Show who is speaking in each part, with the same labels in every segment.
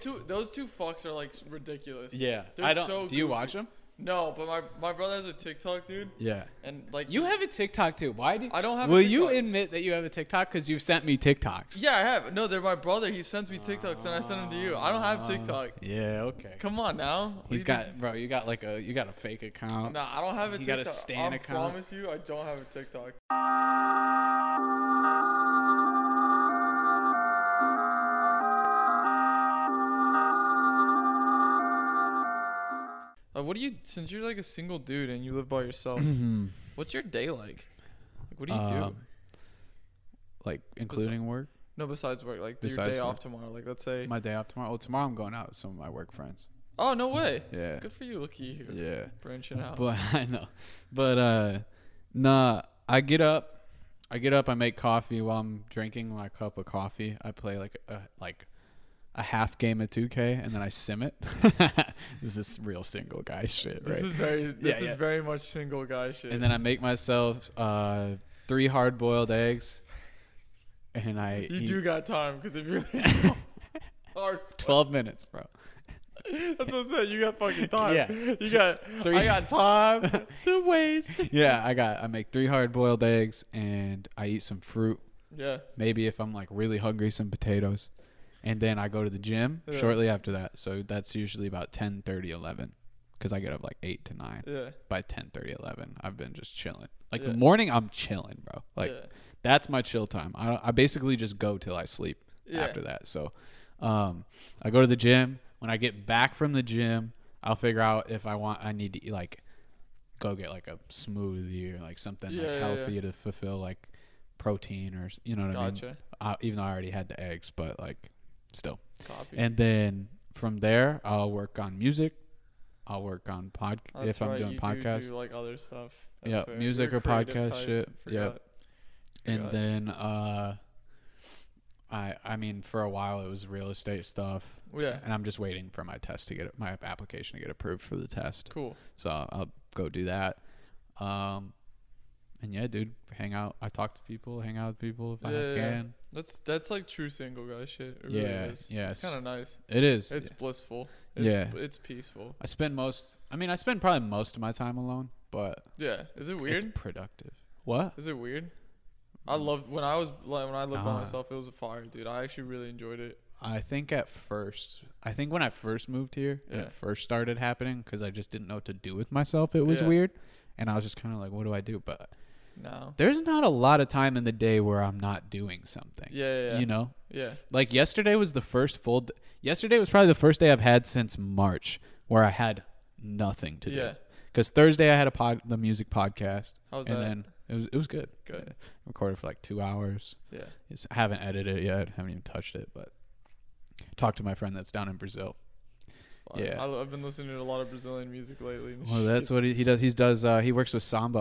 Speaker 1: Two, those two fucks are like ridiculous.
Speaker 2: Yeah,
Speaker 1: They're
Speaker 2: I don't.
Speaker 1: so
Speaker 2: do you
Speaker 1: goofy.
Speaker 2: watch them?
Speaker 1: No, but my my brother has a TikTok, dude,
Speaker 2: Yeah.
Speaker 1: and like
Speaker 2: You have a TikTok too. Why do
Speaker 1: I don't have a
Speaker 2: Will you
Speaker 1: TikTok.
Speaker 2: admit that you have a TikTok because you've sent me TikToks?
Speaker 1: Yeah, I have. No, they're my brother. He sends me TikToks, and I send them to you. I don't have TikTok.
Speaker 2: Yeah. Okay.
Speaker 1: Come on now. What
Speaker 2: Ah. He's
Speaker 1: do you
Speaker 2: got,
Speaker 1: think?
Speaker 2: bro. You got like a, you got a fake account.
Speaker 1: Nah, I don't have a
Speaker 2: You got a
Speaker 1: TikTok.
Speaker 2: Stan
Speaker 1: I
Speaker 2: account.
Speaker 1: promise you, I don't have a TikTok. Uh, what do you? Since you're like a single dude and you live by yourself, what's your day like? Like, what do you do?
Speaker 2: Hmm, Um, Like including work.
Speaker 1: No, besides work, like
Speaker 2: Besides
Speaker 1: your day
Speaker 2: work?
Speaker 1: off tomorrow. Like, let's say.
Speaker 2: My day off tomorrow. Oh, tomorrow I'm going out with some of my work friends.
Speaker 1: oh no way!
Speaker 2: Yeah.
Speaker 1: Good for you, looky you,
Speaker 2: Yeah.
Speaker 1: branching out.
Speaker 2: But I know. But uh nah, I get up. I get up, I make coffee while I'm drinking my cup of coffee. I play like a like a half game of 2K and then I sim it. this is real single guy shit, right?
Speaker 1: this is very, this
Speaker 2: Yeah,
Speaker 1: is
Speaker 2: yeah.
Speaker 1: very much single guy shit.
Speaker 2: and then I make myself uh three hard-boiled eggs and I
Speaker 1: You
Speaker 2: eat
Speaker 1: do got time because if you're hard,
Speaker 2: 12 minutes, bro.
Speaker 1: that's what I'm saying. You got fucking time.
Speaker 2: Yeah.
Speaker 1: you got.
Speaker 2: three-
Speaker 1: I got time to waste.
Speaker 2: Yeah, I got I make three hard-boiled eggs and I eat some fruit
Speaker 1: Yeah,
Speaker 2: maybe if I'm like really hungry, some potatoes, and then I go to the gym
Speaker 1: Yeah.
Speaker 2: shortly after that. So that's usually about 10, 11, because I get up like eight to nine.
Speaker 1: yeah,
Speaker 2: By 10, 11, I've been just chilling. Like
Speaker 1: Yeah.
Speaker 2: the morning, I'm chilling, bro. Like
Speaker 1: Yeah.
Speaker 2: that's my chill time. I I basically just go till I sleep
Speaker 1: Yeah.
Speaker 2: after that. So, um, I go to the gym. When I get back from the gym, I'll figure out if I want. I need to eat, like go get like a smoothie or like something
Speaker 1: Yeah, yeah,
Speaker 2: like
Speaker 1: yeah.
Speaker 2: healthy to fulfill like protein or s- you know what I mean.
Speaker 1: gotcha.
Speaker 2: I, even though I already had the eggs, but like still.
Speaker 1: Copy.
Speaker 2: And then from there, I'll work on music. I'll work on pod
Speaker 1: Oh,
Speaker 2: if
Speaker 1: that's
Speaker 2: I'm
Speaker 1: right,
Speaker 2: doing
Speaker 1: you do
Speaker 2: podcasts.
Speaker 1: do, like other stuff.
Speaker 2: Yeah,
Speaker 1: fair.
Speaker 2: music
Speaker 1: You're a creative
Speaker 2: or podcast
Speaker 1: type.
Speaker 2: shit. Yeah.
Speaker 1: Forgot.
Speaker 2: and
Speaker 1: Forgot.
Speaker 2: then uh I I mean for a while it was real estate stuff.
Speaker 1: Yeah.
Speaker 2: And I'm just waiting for my test to get my application to get approved for the test.
Speaker 1: Cool.
Speaker 2: So I'll go do that. Um and yeah, dude, hang out. I talk to people, hang out with people if
Speaker 1: Yeah,
Speaker 2: I
Speaker 1: yeah.
Speaker 2: can.
Speaker 1: That's that's like true single guy shit. It
Speaker 2: Yeah,
Speaker 1: really is.
Speaker 2: yeah,
Speaker 1: It's
Speaker 2: it's-
Speaker 1: kind of nice.
Speaker 2: It is.
Speaker 1: It's
Speaker 2: yeah.
Speaker 1: blissful. It's,
Speaker 2: Yeah.
Speaker 1: It's peaceful.
Speaker 2: I spend most I mean I spend probably most of my time alone, but
Speaker 1: Yeah. Is it
Speaker 2: it's
Speaker 1: weird?
Speaker 2: productive. What?
Speaker 1: Is it weird? I
Speaker 2: Mm.
Speaker 1: loved when I was like when I lived by
Speaker 2: Nah.
Speaker 1: myself. It was a fire, dude. I actually really enjoyed it.
Speaker 2: I think at first, I think when I first moved here, and
Speaker 1: Yeah.
Speaker 2: it first started happening because I just didn't know what to do with myself. It was
Speaker 1: Yeah.
Speaker 2: weird. And I was just kind of like, what do I do? But
Speaker 1: No.
Speaker 2: there's not a lot of time in the day where I'm not doing something.
Speaker 1: Yeah, yeah, yeah.
Speaker 2: You know,
Speaker 1: Yeah.
Speaker 2: like yesterday was the first full, d- yesterday was probably the first day I've had since March where I had nothing to
Speaker 1: Yeah.
Speaker 2: do. Because Thursday I had a pod, the music podcast.
Speaker 1: How was
Speaker 2: and
Speaker 1: that?
Speaker 2: then it was, it was good.
Speaker 1: Good.
Speaker 2: Recorded for like two hours.
Speaker 1: Yeah.
Speaker 2: It's, I haven't edited it yet. Haven't even touched it, but talked to my friend that's down in Brazil.
Speaker 1: It's fire.
Speaker 2: Yeah.
Speaker 1: I, lo- I've been listening to a lot of Brazilian music lately. and
Speaker 2: Well, that's
Speaker 1: shit.
Speaker 2: what he, he does. He does. Uh, he works with samba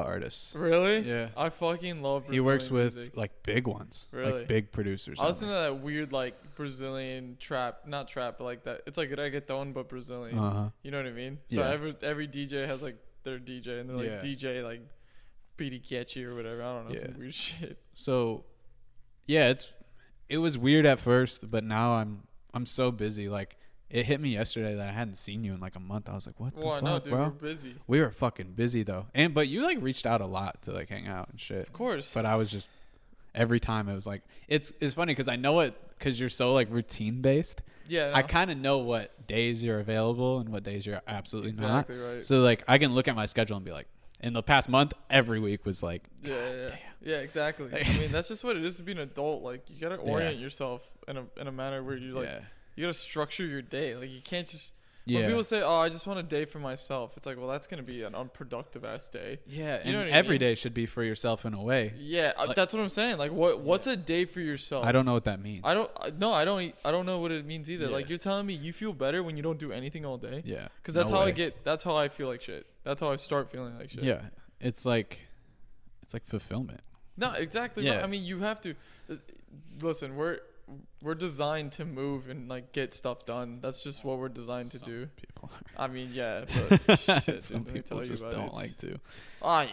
Speaker 2: artists.
Speaker 1: really.
Speaker 2: Yeah.
Speaker 1: I fucking love. Brazilian
Speaker 2: he works with
Speaker 1: music.
Speaker 2: like big ones,
Speaker 1: Really?
Speaker 2: like big producers.
Speaker 1: I listen to that weird like Brazilian trap, not trap, but like that. It's like reggaeton but Brazilian.
Speaker 2: Uh huh.
Speaker 1: You know what I mean? So
Speaker 2: Yeah.
Speaker 1: every every DJ has like their DJ and they're like
Speaker 2: Yeah.
Speaker 1: DJ like Petey Catchy or whatever. I don't know
Speaker 2: Yeah.
Speaker 1: some weird shit.
Speaker 2: So, yeah, it's it was weird at first, but now I'm I'm so busy. Like it hit me yesterday that I hadn't seen you in like a month. I was like, what the
Speaker 1: Well, I
Speaker 2: fuck,
Speaker 1: know, dude.
Speaker 2: bro?
Speaker 1: We're busy.
Speaker 2: We were fucking busy though, and but you like reached out a lot to like hang out and shit.
Speaker 1: Of course.
Speaker 2: but I was just every time it was like it's it's funny because I know it because you're so like routine based.
Speaker 1: yeah.
Speaker 2: I
Speaker 1: no.
Speaker 2: kind of know what days you're available and what days you're absolutely
Speaker 1: exactly
Speaker 2: not.
Speaker 1: right.
Speaker 2: So like I can look at my schedule and be like, in the past month, every week was like,
Speaker 1: yeah, yeah,
Speaker 2: damn.
Speaker 1: yeah, exactly.
Speaker 2: Like-
Speaker 1: I mean, that's just what it is to be an adult. Like, you gotta
Speaker 2: Yeah.
Speaker 1: orient yourself in a in a manner where you like
Speaker 2: yeah,
Speaker 1: you gotta structure your day. Like, you can't just
Speaker 2: yeah,
Speaker 1: when people say, "Oh, I just want a day for myself," it's like, well, that's gonna be an unproductive ass day.
Speaker 2: yeah.
Speaker 1: you know what
Speaker 2: and
Speaker 1: I
Speaker 2: every
Speaker 1: mean?
Speaker 2: day should be for yourself in a way.
Speaker 1: Yeah, uh
Speaker 2: Like-
Speaker 1: that's what I'm saying. Like, what what's a day for yourself?
Speaker 2: I don't know what that means.
Speaker 1: I don't. I- No, I don't. e- I don't know what it means either.
Speaker 2: Yeah.
Speaker 1: Like you're telling me, you feel better when you don't do anything all day.
Speaker 2: yeah,
Speaker 1: Cause that's
Speaker 2: no
Speaker 1: how I
Speaker 2: way.
Speaker 1: get. That's how I feel like shit. That's how I start feeling like shit.
Speaker 2: Yeah, it's like it's like fulfillment.
Speaker 1: No, exactly. right.
Speaker 2: Yeah.
Speaker 1: I mean, you have to. uh, Listen, we're we're designed to move and like get stuff done. That's just what we're designed to
Speaker 2: Some
Speaker 1: do.
Speaker 2: People,
Speaker 1: I mean, yeah, but shit,
Speaker 2: some
Speaker 1: dude, let me
Speaker 2: people
Speaker 1: tell you
Speaker 2: just
Speaker 1: about it.
Speaker 2: don't
Speaker 1: It's-
Speaker 2: like to.
Speaker 1: I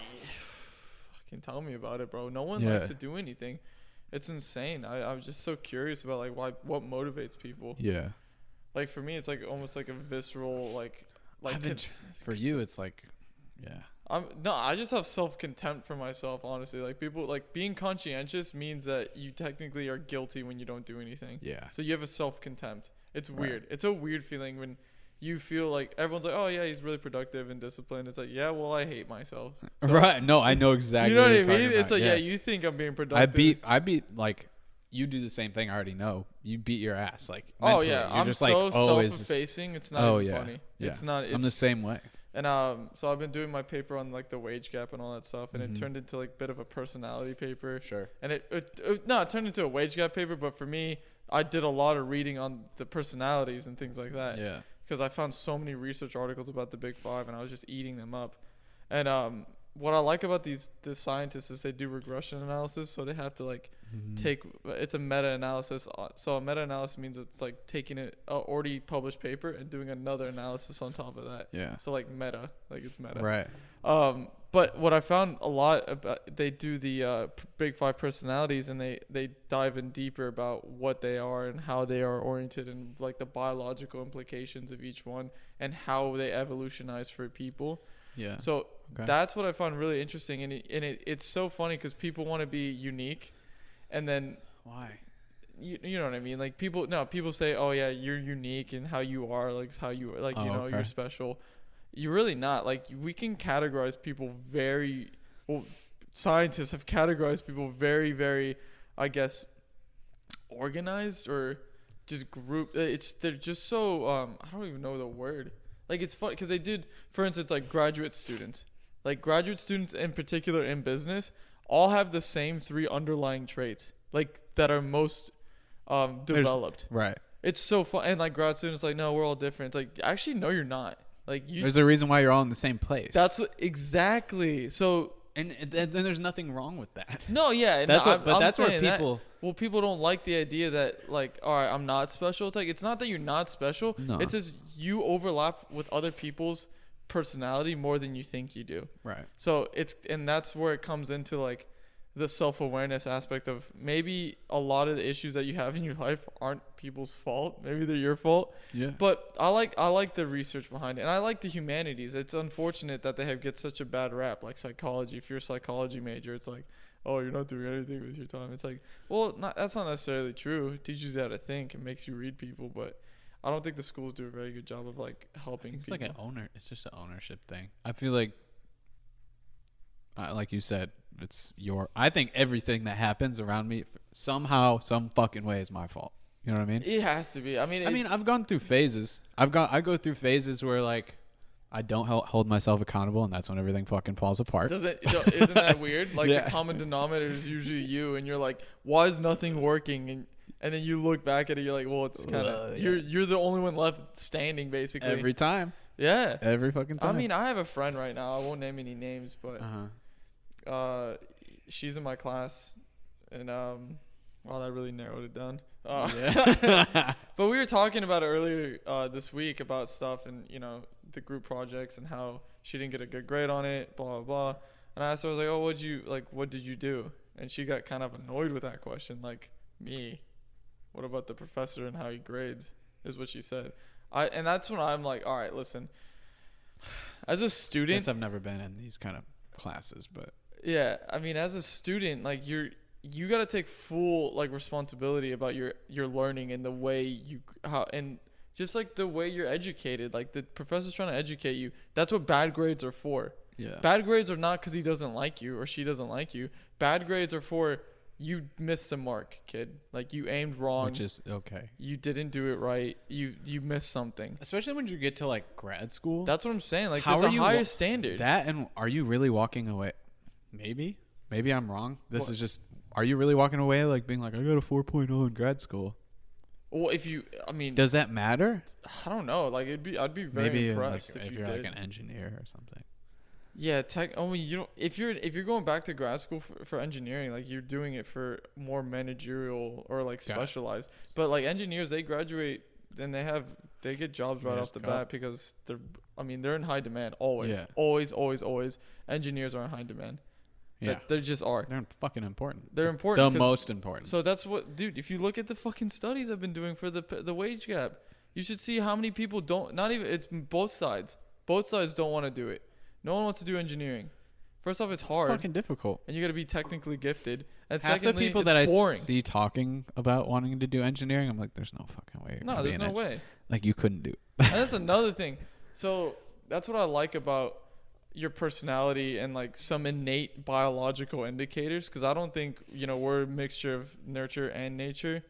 Speaker 1: fucking tell me about it, bro. No one likes
Speaker 2: Yeah.
Speaker 1: to do anything. It's insane. I, I was just so curious about like why what motivates people.
Speaker 2: Yeah,
Speaker 1: Like for me, it's like almost like a visceral like like
Speaker 2: I've been
Speaker 1: cons-
Speaker 2: tr- for you, it's like, yeah.
Speaker 1: I'm no, I just have self contempt for myself. Honestly, like people like being conscientious means that you technically are guilty when you don't do anything.
Speaker 2: Yeah.
Speaker 1: So you have a self contempt. It's
Speaker 2: Right.
Speaker 1: weird. It's a weird feeling when you feel like everyone's like, oh yeah, he's really productive and disciplined. It's like, yeah, well, I hate myself. So-
Speaker 2: right. No, I know exactly.
Speaker 1: you know what I
Speaker 2: you're talking
Speaker 1: mean? It's
Speaker 2: about,
Speaker 1: like, yeah. you think I'm being productive. Oh,
Speaker 2: I beat. I beat like. You do the same thing. I already know. You beat your ass. Like
Speaker 1: Oh
Speaker 2: mentally.
Speaker 1: yeah,
Speaker 2: You're
Speaker 1: I'm
Speaker 2: just
Speaker 1: so
Speaker 2: like, oh, is this-
Speaker 1: self-effacing. It's not
Speaker 2: oh
Speaker 1: even
Speaker 2: yeah,
Speaker 1: funny.
Speaker 2: yeah.
Speaker 1: It's not. It's,
Speaker 2: I'm the same way.
Speaker 1: And um, so I've been doing my paper on like the wage gap and all that stuff, and it turned into like a bit of a personality paper.
Speaker 2: Sure.
Speaker 1: And it, it, it no, it turned into a wage gap paper, but for me, I did a lot of reading on the personalities and things like that
Speaker 2: Yeah.
Speaker 1: because I found so many research articles about the Big Five, and I was just eating them up. And um, what I like about these the scientists is they do regression analysis, so they have to like
Speaker 2: Mm-hmm.
Speaker 1: take it's a meta analysis. So a meta analysis means it's like taking a, a already published paper and doing another analysis on top of that.
Speaker 2: Yeah.
Speaker 1: So like meta, like it's meta.
Speaker 2: Right.
Speaker 1: Um, but what I found a lot about they do the uh, p- Big Five personalities, and they they dive in deeper about what they are and how they are oriented, and like the biological implications of each one, and how they evolutionize for people.
Speaker 2: Yeah.
Speaker 1: So
Speaker 2: Okay.
Speaker 1: that's what I found really interesting, and it, and it, it's so funny because people want to be unique, and then
Speaker 2: why?
Speaker 1: you, you know what I mean? Like people no, people say, "Oh yeah, you're unique and how you are, like it's how you like you
Speaker 2: Oh,
Speaker 1: know,
Speaker 2: okay.
Speaker 1: you're special." You're really not. Like we can categorize people very well scientists have categorized people very very I guess organized or just group uh, it's they're just so um I don't even know the word. Like it's fun cuz they did for instance like graduate students. Like graduate students in particular in business all have the same three underlying traits like that are most um, developed.
Speaker 2: Right.
Speaker 1: it's so fun, and like grad students, like no, we're all different. It's like actually, no, you're not. Like you,
Speaker 2: There's a reason why you're all in the same place.
Speaker 1: that's what, exactly. So
Speaker 2: and, and then then there's nothing wrong with that.
Speaker 1: no, yeah, and
Speaker 2: That's
Speaker 1: I-
Speaker 2: what- but
Speaker 1: I'm
Speaker 2: that's where
Speaker 1: saying that-
Speaker 2: people-
Speaker 1: well, people don't like the idea that like, all right, I'm not special. It's like it's not that you're not special.
Speaker 2: No.
Speaker 1: It's just you overlap with other people's personality more than you think you do.
Speaker 2: Right.
Speaker 1: So it's and that's where it comes into like the self awareness aspect of maybe a lot of the issues that you have in your life aren't people's fault. Maybe they're your fault.
Speaker 2: Yeah.
Speaker 1: But I like I like the research behind it, and I like the humanities. It's unfortunate that they have get such a bad rap, like psychology. If you're a psychology major, it's like, oh, you're not doing anything with your time. It's like, well, not, that's not necessarily true. It teaches you how to think. It makes you read people, but I don't think the schools do a very good job of like helping.
Speaker 2: It's like
Speaker 1: people.
Speaker 2: an owner. It's just an ownership thing. I feel like, I like you said, it's your. I think everything that happens around me somehow, some fucking way, is my fault. You know what I mean?
Speaker 1: it has to be. I mean,
Speaker 2: I
Speaker 1: it-
Speaker 2: mean, I've gone through phases. I've gone. I go through phases where like, I don't hel- hold myself accountable, and that's when everything fucking falls apart.
Speaker 1: Does it, do- isn't that weird? Like
Speaker 2: Yeah.
Speaker 1: the common denominator is usually you, and you're like, why is nothing working? And and then you look back at it, you're like, well, it's kind of
Speaker 2: Uh, yeah.
Speaker 1: you're you're the only one left standing, basically.
Speaker 2: Every time.
Speaker 1: yeah.
Speaker 2: Every fucking
Speaker 1: I
Speaker 2: time.
Speaker 1: mean, I have a friend right now. I won't name any names, but
Speaker 2: uh huh.
Speaker 1: uh, she's in my class, and um, well, that really narrowed it down. Uh,
Speaker 2: Yeah.
Speaker 1: But we were talking about it earlier uh, this week about stuff and you know the group projects and how she didn't get a good grade on it, blah blah blah. And I asked her, I was like, "Oh, what'd you like? What did you do?" And she got kind of annoyed with that question, like me. What about the professor and how he grades? Is what she said. I and that's when I'm like, all right, listen. As a student,
Speaker 2: Guess I've never been in these kind of classes, but
Speaker 1: yeah, I mean, as a student, like you're you got to take full like responsibility about your your learning and the way you how and just like the way you're educated. Like the professor's trying to educate you. That's what bad grades are for.
Speaker 2: yeah.
Speaker 1: Bad grades are not because he doesn't like you or she doesn't like you. Bad grades are for you missed the mark, kid. Like you aimed wrong.
Speaker 2: Which is okay.
Speaker 1: you didn't do it right. You you missed something.
Speaker 2: Especially when you get to like grad school.
Speaker 1: That's what I'm saying. Like
Speaker 2: How
Speaker 1: there's
Speaker 2: are
Speaker 1: a
Speaker 2: you
Speaker 1: higher
Speaker 2: wa-
Speaker 1: standard.
Speaker 2: That and are you really walking away? Maybe. Maybe I'm wrong. This
Speaker 1: What?
Speaker 2: is just are you really walking away like being like I got a 4.0 in grad school?
Speaker 1: well, if you, I mean,
Speaker 2: Does that matter?
Speaker 1: I don't know. Like it'd be, I'd be very
Speaker 2: Maybe like,
Speaker 1: impressed
Speaker 2: if,
Speaker 1: if, you
Speaker 2: you're
Speaker 1: did.
Speaker 2: like an engineer or something.
Speaker 1: Yeah, tech. I mean, you don't. If you're if you're going back to grad school for, for engineering, like you're doing it for more managerial or like
Speaker 2: Got it.
Speaker 1: specialized. But like engineers, they graduate and they have they get jobs right
Speaker 2: They
Speaker 1: off
Speaker 2: just
Speaker 1: the
Speaker 2: go.
Speaker 1: bat because they're. I mean, they're in high demand always,
Speaker 2: Yeah.
Speaker 1: always, always, always. Engineers are in high demand.
Speaker 2: Yeah.
Speaker 1: They- they just are.
Speaker 2: They're fucking important.
Speaker 1: They're important
Speaker 2: The
Speaker 1: 'cause-
Speaker 2: most important.
Speaker 1: So that's what, dude. If you look at the fucking studies I've been doing for the p- the wage gap, You should see how many people don't. Not even it's both sides. Both sides don't want to do it. No one wants to do engineering. First off, it's hard,
Speaker 2: It's fucking difficult.
Speaker 1: and you got to be technically gifted. And
Speaker 2: Half the
Speaker 1: secondly,
Speaker 2: people
Speaker 1: it's
Speaker 2: that I
Speaker 1: boring.
Speaker 2: see talking about wanting to do engineering, I'm like, there's no fucking way. you're
Speaker 1: no,
Speaker 2: gonna be
Speaker 1: there's
Speaker 2: an
Speaker 1: no
Speaker 2: eng-
Speaker 1: way.
Speaker 2: Like you couldn't do. it.
Speaker 1: and that's another thing. So that's what I like about your personality and like some innate biological indicators because I don't think you know we're a mixture of nurture and nature.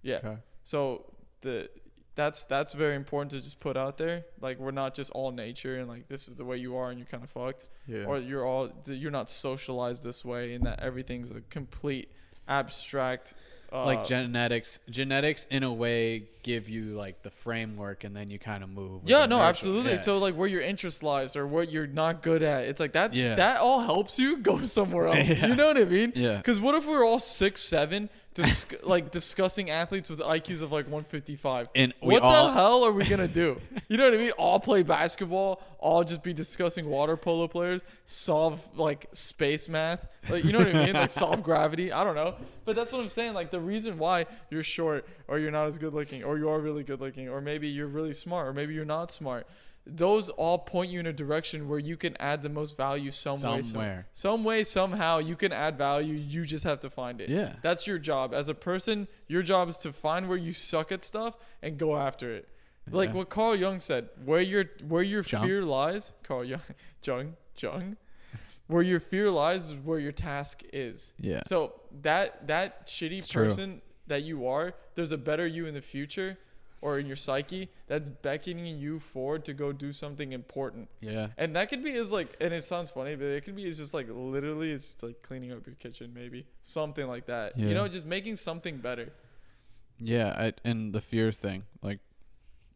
Speaker 1: Yeah.
Speaker 2: Okay.
Speaker 1: So the that's that's very important to just put out there. Like we're not just all nature and like this is the way you are and you're kind of fucked,
Speaker 2: Yeah.
Speaker 1: or you're all you're not socialized this way and that everything's a complete abstract. Uh,
Speaker 2: like genetics, genetics in a way give you like the framework, and then you kind of move. with
Speaker 1: Yeah,
Speaker 2: the
Speaker 1: no,
Speaker 2: nurture.
Speaker 1: absolutely.
Speaker 2: Yeah.
Speaker 1: So like where your interest lies or what you're not good at, it's like that.
Speaker 2: Yeah.
Speaker 1: That all helps you go somewhere else.
Speaker 2: Yeah.
Speaker 1: You know what I mean?
Speaker 2: Yeah.
Speaker 1: Because what if we're all six seven, dis- like discussing athletes with IQs of like 155?
Speaker 2: And we
Speaker 1: what
Speaker 2: all-
Speaker 1: the hell are we gonna do? you know what I mean? All play basketball. All just be discussing water polo players. Solve like space math. Like you know what I mean? Like solve gravity. I don't know. But that's what I'm saying. Like the reason why you're short or you're not as good looking or you are really good looking or maybe you're really smart or maybe you're not smart. Those all point you in a direction where you can add the most value some way, some,
Speaker 2: Somewhere.
Speaker 1: some way, somehow you can add value. You just have to find it.
Speaker 2: Yeah.
Speaker 1: That's your job. As a person, your job is to find where you suck at stuff and go after it. Like
Speaker 2: Yeah.
Speaker 1: what Carl Jung said, where your where your
Speaker 2: Jung?
Speaker 1: fear lies, Carl Jung, Jung, Jung, where your fear lies is where your task is.
Speaker 2: Yeah.
Speaker 1: So that that shitty
Speaker 2: It's true.
Speaker 1: person that you are, there's a better you in the future or in your psyche that's beckoning you forward to go do something important.
Speaker 2: yeah,
Speaker 1: And that could be as like, and it sounds funny, but it could be as just like literally, it's just like cleaning up your kitchen, maybe something like that. You
Speaker 2: Yeah.
Speaker 1: know, just making something better.
Speaker 2: yeah, I, and the fear thing. Like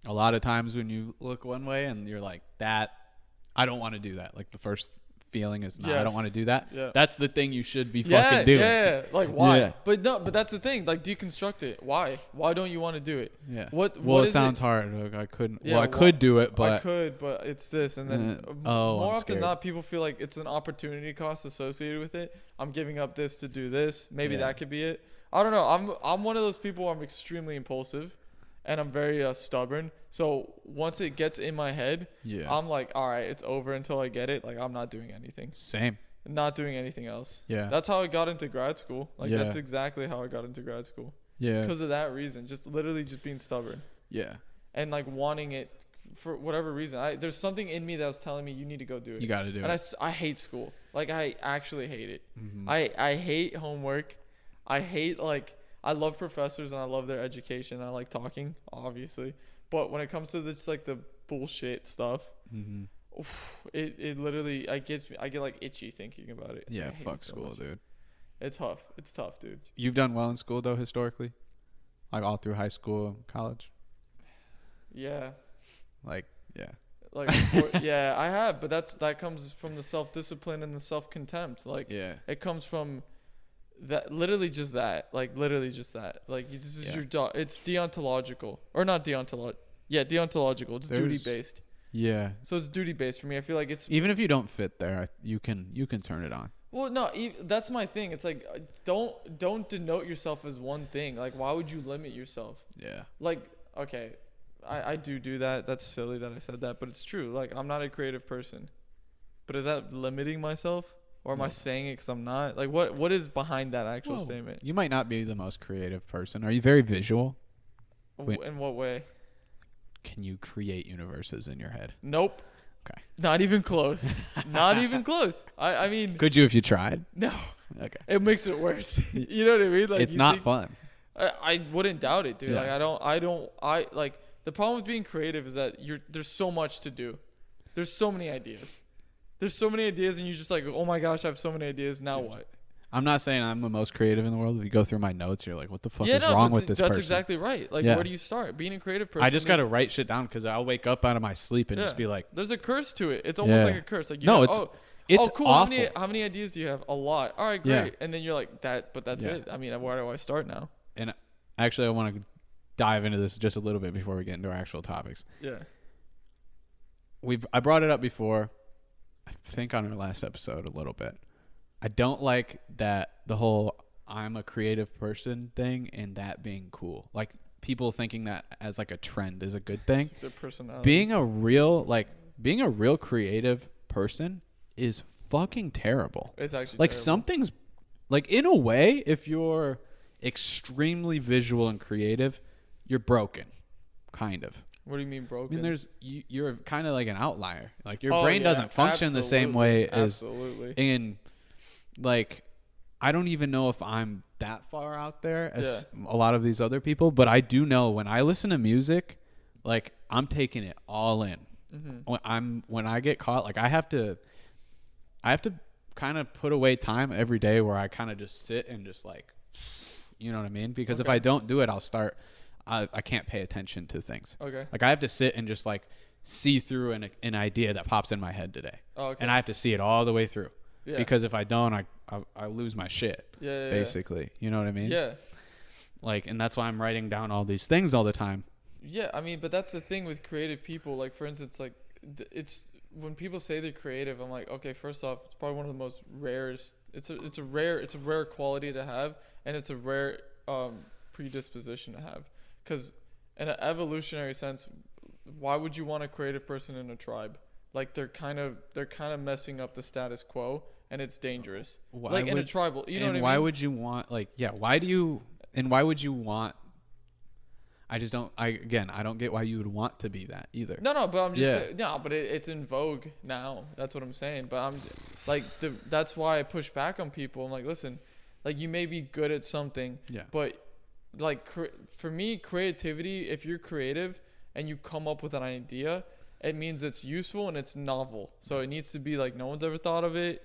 Speaker 2: a lot of times when you look one way and you're like that, I don't want to do that. Like the first feeling is, no, I
Speaker 1: Yes.
Speaker 2: don't want to do that.
Speaker 1: Yeah.
Speaker 2: That's the thing you should be
Speaker 1: yeah,
Speaker 2: fucking doing.
Speaker 1: yeah, like why?
Speaker 2: Yeah.
Speaker 1: But no, but that's the thing. Like deconstruct it. Why? Why don't you want to do it?
Speaker 2: Yeah.
Speaker 1: What?
Speaker 2: Well,
Speaker 1: what
Speaker 2: it
Speaker 1: is
Speaker 2: sounds hard. Like, I couldn't.
Speaker 1: Yeah,
Speaker 2: well, I
Speaker 1: wha-
Speaker 2: could do it,
Speaker 1: I
Speaker 2: but
Speaker 1: could, but it's this, and then
Speaker 2: Uh,
Speaker 1: m-
Speaker 2: oh, I'm
Speaker 1: more often than
Speaker 2: scared.
Speaker 1: not, people feel like it's an opportunity cost associated with it. I'm giving up this to do this. Maybe
Speaker 2: Yeah.
Speaker 1: that could be it. I don't know. I'm I'm one of those people. Where I'm extremely impulsive, and I'm very uh, stubborn. So once it gets in my head,
Speaker 2: yeah,
Speaker 1: I'm like, all right, it's over until I get it. Like I'm not doing anything,
Speaker 2: same.
Speaker 1: not doing anything else.
Speaker 2: Yeah,
Speaker 1: That's how I got into grad school. Like
Speaker 2: Yeah.
Speaker 1: that's exactly how I got into grad school
Speaker 2: yeah,
Speaker 1: because of that reason. Just literally just being stubborn
Speaker 2: yeah.
Speaker 1: and like wanting it for whatever reason. I, there's something in me that was telling me you need to go do it.
Speaker 2: You got to do
Speaker 1: and I,
Speaker 2: it.
Speaker 1: s- I hate school. Like I actually hate it.
Speaker 2: Mhm.
Speaker 1: I I hate homework. I hate like I love professors and I love their education. I like talking, obviously, but when it comes to this like the bullshit stuff,
Speaker 2: Mhm.
Speaker 1: it, it literally I gets me I get like itchy thinking about it. I
Speaker 2: Yeah,
Speaker 1: hate it
Speaker 2: fuck
Speaker 1: so
Speaker 2: school,
Speaker 1: much.
Speaker 2: dude.
Speaker 1: It's tough. It's tough, dude.
Speaker 2: You've done well in school though, historically, like all through high school, and college.
Speaker 1: Yeah.
Speaker 2: Like, yeah,
Speaker 1: Like for- yeah, I have, but that's that comes from the self discipline and the self contempt. Like
Speaker 2: yeah,
Speaker 1: It comes from that literally just that, like literally just that. Like you- this is
Speaker 2: Yeah.
Speaker 1: your do- it's deontological or not deontological. Yeah, deontological. It's duty
Speaker 2: There's-
Speaker 1: based.
Speaker 2: yeah.
Speaker 1: So it's duty based for me. I feel like it's
Speaker 2: Even if you don't fit there, I- you can you can turn it on.
Speaker 1: well, no, e- that's my thing. It's like uh, don't don't denote yourself as one thing. Like why would you limit yourself?
Speaker 2: Yeah,
Speaker 1: like okay I, I do do that that's silly that i said that but it's true like i'm not a creative person but is that limiting myself or am i
Speaker 2: No.
Speaker 1: saying it because i'm not like what what is behind that actual
Speaker 2: Well,
Speaker 1: statement
Speaker 2: You might not be the most creative person. Are you very visual?
Speaker 1: W in what way
Speaker 2: Can you create universes in your head?
Speaker 1: nope
Speaker 2: Okay.
Speaker 1: not even close not even close i i mean
Speaker 2: Could you if you tried?
Speaker 1: no
Speaker 2: Okay.
Speaker 1: it makes it worse you know what i mean like
Speaker 2: it's
Speaker 1: Uh, you
Speaker 2: not
Speaker 1: think-
Speaker 2: fun.
Speaker 1: I, I wouldn't doubt it dude
Speaker 2: Yeah.
Speaker 1: like i don't i don't i like the problem with being creative is that you're there's so much to do there's so many ideas there's so many ideas and you're just like oh my gosh i have so many ideas now
Speaker 2: Dude,
Speaker 1: what
Speaker 2: I'm not saying I'm the most creative in the world. If you go through my notes, you're like, what the fuck
Speaker 1: yeah
Speaker 2: is
Speaker 1: no
Speaker 2: wrong
Speaker 1: that's,
Speaker 2: with this
Speaker 1: that's
Speaker 2: person?
Speaker 1: exactly right like
Speaker 2: Yeah.
Speaker 1: where do you start being a creative person
Speaker 2: I just got
Speaker 1: there's-
Speaker 2: to write shit down because I'll wake up out of my sleep and just
Speaker 1: Yeah.
Speaker 2: be like,
Speaker 1: there's a curse to it it's almost
Speaker 2: Yeah.
Speaker 1: like a curse like you
Speaker 2: No,
Speaker 1: have-
Speaker 2: it's-
Speaker 1: oh,
Speaker 2: it's
Speaker 1: oh, cool
Speaker 2: awful.
Speaker 1: How, many, how many ideas do you have a lot all right
Speaker 2: Yeah.
Speaker 1: great and then you're like that but that's
Speaker 2: Yeah.
Speaker 1: it i mean where do i start now
Speaker 2: and actually, I want to dive into this just a little bit before we get into our actual topics.
Speaker 1: yeah
Speaker 2: We've I brought it up before, I think on our last episode a little bit. I don't like that the whole I'm a creative person thing and that being cool. Like people thinking that as like a trend is a good thing.
Speaker 1: Their personality.
Speaker 2: Being a real like being a real creative person is fucking terrible.
Speaker 1: it's actually
Speaker 2: Like
Speaker 1: terrible.
Speaker 2: something's like in a way, if you're extremely visual and creative, you're broken, kind of.
Speaker 1: What do you mean
Speaker 2: I
Speaker 1: broken?
Speaker 2: mean, there's you, you're kind of like an outlier. Like your
Speaker 1: Oh,
Speaker 2: brain
Speaker 1: yeah,
Speaker 2: doesn't function the same way as
Speaker 1: absolutely. absolutely.
Speaker 2: and like I don't even know if I'm that far out there as a lot of these other people, but I do know when I listen to music, like I'm taking it all in. When I'm when I get caught, like I have to, I have to kind of put away time every day where I kind of just sit and just like, you know what I mean? Because if I don't do it, I'll start. I, I can't pay attention to things.
Speaker 1: Okay.
Speaker 2: Like I have to sit and just like see through an an idea that pops in my head today
Speaker 1: Oh, okay.
Speaker 2: and I have to see it all the way through.
Speaker 1: Yeah.
Speaker 2: Because if I don't, I, I I lose my shit.
Speaker 1: Yeah, yeah, yeah.
Speaker 2: basically, you know what I mean?
Speaker 1: yeah.
Speaker 2: Like, and that's why I'm writing down all these things all the time.
Speaker 1: Yeah, I mean, but that's the thing with creative people. Like, for instance, like th- it's when people say they're creative, I'm like, okay, first off, it's probably one of the most rarest. It's a it's a rare it's a rare quality to have, and it's a rare um, predisposition to have. Because in an evolutionary sense, why would you want a creative person in a tribe? Like they're kind of they're kind of messing up the status quo, and it's dangerous.
Speaker 2: Uh, Why
Speaker 1: like in a
Speaker 2: would-
Speaker 1: tribal, you know
Speaker 2: and
Speaker 1: what I
Speaker 2: why
Speaker 1: mean?
Speaker 2: would you want like yeah? Why do you and why would you want? I just don't. I again, I don't get why you would want to be that either.
Speaker 1: No, no, but I'm just
Speaker 2: Yeah.
Speaker 1: saying, no, but it, it's in vogue now. That's what I'm saying. But I'm like the that's why I push back on people. I'm like, listen, like you may be good at something,
Speaker 2: Yeah.
Speaker 1: but like cre- for me, creativity. If you're creative and you come up with an idea, it means it's useful and it's novel. So it needs to be like no one's ever thought of it,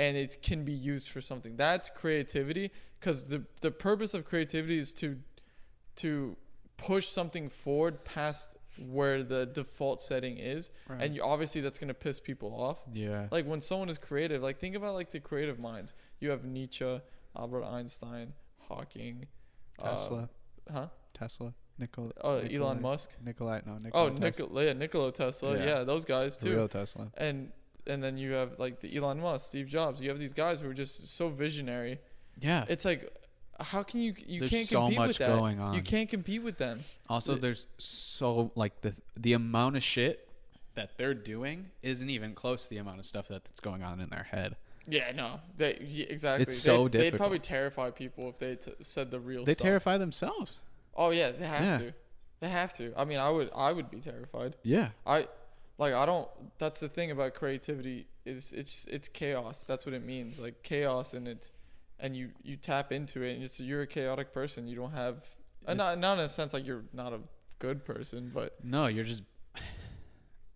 Speaker 1: and it can be used for something. That's creativity, because the the purpose of creativity is to to push something forward past where the default setting is and you, obviously that's going to piss people off
Speaker 2: Yeah.
Speaker 1: like when someone is creative like think about like the creative minds you have nietzsche albert einstein hawking uh,
Speaker 2: Tesla.
Speaker 1: huh
Speaker 2: Tesla. Nicola.
Speaker 1: oh elon musk
Speaker 2: Nikolai. No. Nikolai
Speaker 1: oh Nikola, yeah, Nikola tesla
Speaker 2: Yeah.
Speaker 1: yeah. those guys too
Speaker 2: Real Tesla.
Speaker 1: and and then you have like the elon musk steve jobs you have these guys who are just so visionary
Speaker 2: Yeah.
Speaker 1: it's like how can you you
Speaker 2: There's
Speaker 1: can't
Speaker 2: so
Speaker 1: compete
Speaker 2: much
Speaker 1: with that
Speaker 2: going
Speaker 1: you
Speaker 2: on.
Speaker 1: can't compete with them
Speaker 2: Also,
Speaker 1: Th-
Speaker 2: there's so like the the amount of shit that they're doing isn't even close to the amount of stuff that- that's going on in their head.
Speaker 1: Yeah, no, they yeah, exactly.
Speaker 2: It's so
Speaker 1: they'd, They'd probably
Speaker 2: difficult.
Speaker 1: terrify people if they t- said the real.
Speaker 2: They
Speaker 1: stuff.
Speaker 2: terrify themselves.
Speaker 1: Oh yeah, they have
Speaker 2: Yeah.
Speaker 1: to. They have to. I mean, I would. I would be terrified.
Speaker 2: Yeah.
Speaker 1: I, like, I don't. That's the thing about creativity is it's it's chaos. That's what it means. Like chaos, and it's, and you you tap into it, and it's you're a chaotic person. You don't have, uh, not
Speaker 2: It's-
Speaker 1: not in a sense like you're not a good person, but
Speaker 2: No, you're just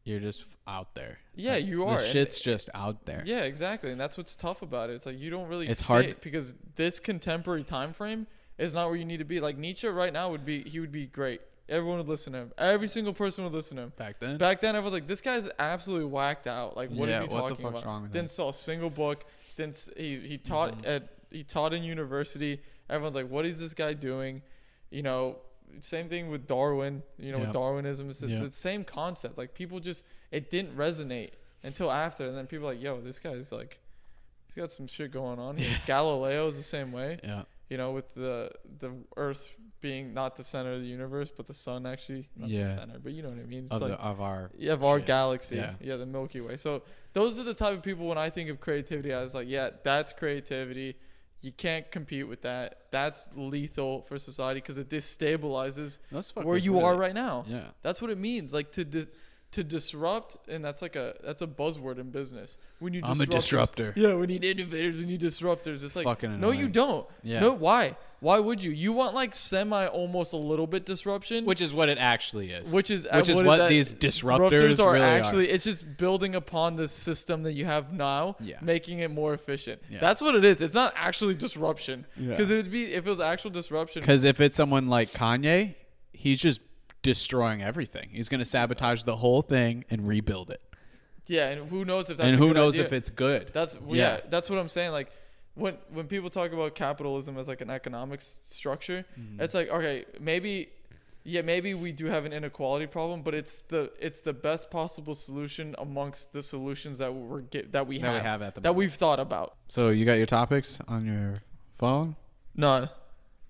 Speaker 2: you're just out there.
Speaker 1: Yeah,
Speaker 2: Like,
Speaker 1: you are,
Speaker 2: The
Speaker 1: and-
Speaker 2: shit's just out there.
Speaker 1: Yeah, exactly, and that's what's tough about it. It's like you don't really.
Speaker 2: It's
Speaker 1: fit
Speaker 2: hard-
Speaker 1: because this contemporary time frame is not where you need to be. Like Nietzsche right now would be, he would be great. Everyone would listen to him. Every single person would listen to him.
Speaker 2: Back then.
Speaker 1: Back then, I was like, this guy's absolutely whacked out. Like, what is
Speaker 2: Yeah,
Speaker 1: he
Speaker 2: what the
Speaker 1: talking
Speaker 2: fuck's
Speaker 1: about?
Speaker 2: wrong with him? Mm-hmm.
Speaker 1: Didn't sell a single book. Didn't s- he? He taught at he taught in university. Everyone's like, what is this guy doing? You know, same thing with Darwin. You know,
Speaker 2: Yeah.
Speaker 1: with Darwinism, it's the,
Speaker 2: Yeah.
Speaker 1: the same concept. Like people just it didn't resonate until after, and then people are like, yo, this guy's like, he's got some shit going on. here. Galileo is the same way.
Speaker 2: Yeah.
Speaker 1: You know, with the the Earth being not the center of the universe, but the sun actually not
Speaker 2: Yeah.
Speaker 1: the center, but you know what I mean. It's
Speaker 2: Of
Speaker 1: like
Speaker 2: the of our
Speaker 1: yeah, of our
Speaker 2: shit.
Speaker 1: galaxy.
Speaker 2: Yeah.
Speaker 1: Yeah. the Milky Way. So those are the type of people when I think of creativity, I was like, yeah, that's creativity. You can't compete with that. That's lethal for society because it destabilizes
Speaker 2: Those
Speaker 1: where
Speaker 2: fuckers
Speaker 1: you
Speaker 2: really-
Speaker 1: are right now.
Speaker 2: Yeah.
Speaker 1: That's what it means, like to dis- to disrupt, and that's like a that's a buzzword in business. When you
Speaker 2: I'm a disruptor.
Speaker 1: Yeah, we need innovators, we need disruptors. It's like
Speaker 2: Fucking
Speaker 1: no, you
Speaker 2: annoying.
Speaker 1: don't.
Speaker 2: Yeah.
Speaker 1: No, why? Why would you? You want like semi, almost a little bit disruption,
Speaker 2: Which is what it actually is.
Speaker 1: which is uh,
Speaker 2: Which is
Speaker 1: is
Speaker 2: what
Speaker 1: that?
Speaker 2: these disruptors really are.
Speaker 1: actually it's just building upon the system that you have now
Speaker 2: Yeah.
Speaker 1: making it more efficient
Speaker 2: Yeah.
Speaker 1: that's what it is it's not actually disruption
Speaker 2: Yeah.
Speaker 1: because it'd be if it was actual disruption
Speaker 2: Because if it's someone like Kanye, he's just destroying everything. He's gonna sabotage the whole thing and rebuild it.
Speaker 1: yeah and who knows if that's
Speaker 2: and
Speaker 1: a
Speaker 2: who
Speaker 1: good
Speaker 2: knows
Speaker 1: idea.
Speaker 2: if it's good?
Speaker 1: That's well, yeah.
Speaker 2: Yeah.
Speaker 1: That's what I'm saying. Like when when people talk about capitalism as like an economic s- structure,
Speaker 2: Mm-hmm.
Speaker 1: it's like okay, maybe yeah, maybe we do have an inequality problem, but it's the it's the best possible solution amongst the solutions that we're get, that we
Speaker 2: That
Speaker 1: have
Speaker 2: we have at the
Speaker 1: that
Speaker 2: moment.
Speaker 1: we've thought about.
Speaker 2: So you got your topics on your phone?
Speaker 1: No,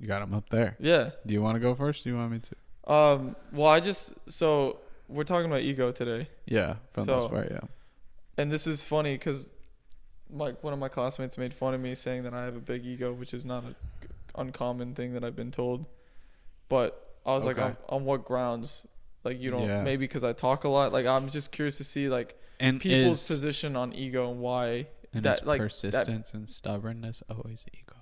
Speaker 2: You got them up there.
Speaker 1: Yeah.
Speaker 2: Do you want to go first? Do you want me to?
Speaker 1: Um. Well, I just so we're talking about ego today,
Speaker 2: Yeah, for the
Speaker 1: So-
Speaker 2: most part, yeah.
Speaker 1: and this is funny because like one of my classmates made fun of me saying that I have a big ego, which is not an uncommon thing that I've been told. But I was like,
Speaker 2: Okay.
Speaker 1: on, on what grounds? Like you don't
Speaker 2: Yeah.
Speaker 1: maybe because I talk a lot. Like I'm just curious to see like
Speaker 2: And
Speaker 1: people's
Speaker 2: Mm, is,
Speaker 1: position on ego and why
Speaker 2: and
Speaker 1: that
Speaker 2: is
Speaker 1: like that
Speaker 2: persistence and stubbornness always ego?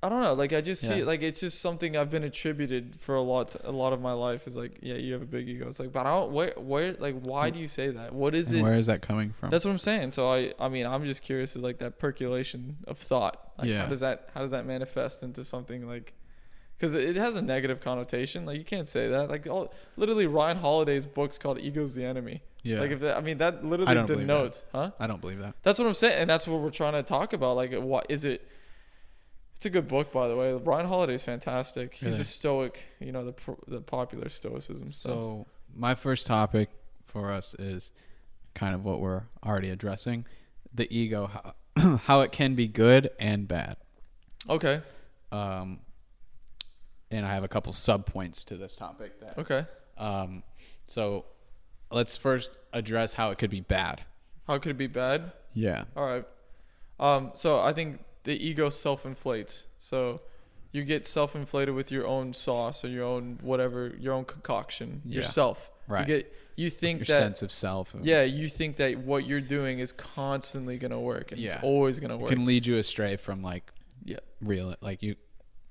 Speaker 1: I don't know. Like I just see
Speaker 2: Yeah.
Speaker 1: it. Like it's just something I've been attributed for a lot. A lot of my life is like, yeah, you have a big ego. It's like, but I don't. Where, where, like, why do you say that? What is
Speaker 2: Mm. and
Speaker 1: it?
Speaker 2: where is that coming from?
Speaker 1: That's what I'm saying. So I, I mean, I'm just curious to like that percolation of thought. Like,
Speaker 2: Yeah.
Speaker 1: How does that? How does that manifest into something like? Because it has a negative connotation. Like you can't say that. Like all, literally Ryan Holiday's books called "Ego's the Enemy."
Speaker 2: yeah,
Speaker 1: Like if that, I mean that
Speaker 2: I
Speaker 1: literally
Speaker 2: don't believe that.
Speaker 1: denotes, huh?
Speaker 2: I don't believe that.
Speaker 1: That's what I'm saying, and that's what we're trying to talk about. Like, uh, what is it? It's a good book, by the way. Ryan Holiday's fantastic. He's
Speaker 2: Really?
Speaker 1: a Stoic, you know, the pro- the popular Stoicism stuff.
Speaker 2: So my first topic for us is kind of what we're already addressing: the ego, how, how it can be good and bad.
Speaker 1: Okay,
Speaker 2: Um, and I have a couple sub points to this topic. That,
Speaker 1: okay.
Speaker 2: um, so let's first address how it could be bad.
Speaker 1: How could it be bad?
Speaker 2: Yeah.
Speaker 1: All right. Um, so I think the ego self inflates. So you get self inflated with your own sauce or your own whatever, your own concoction,
Speaker 2: Yeah.
Speaker 1: yourself.
Speaker 2: Right.
Speaker 1: You get you think
Speaker 2: Your
Speaker 1: that
Speaker 2: sense of self.
Speaker 1: yeah, you think that what you're doing is constantly gonna work and
Speaker 2: Yeah.
Speaker 1: it's always gonna work.
Speaker 2: can lead you astray from like
Speaker 1: yeah.
Speaker 2: real like you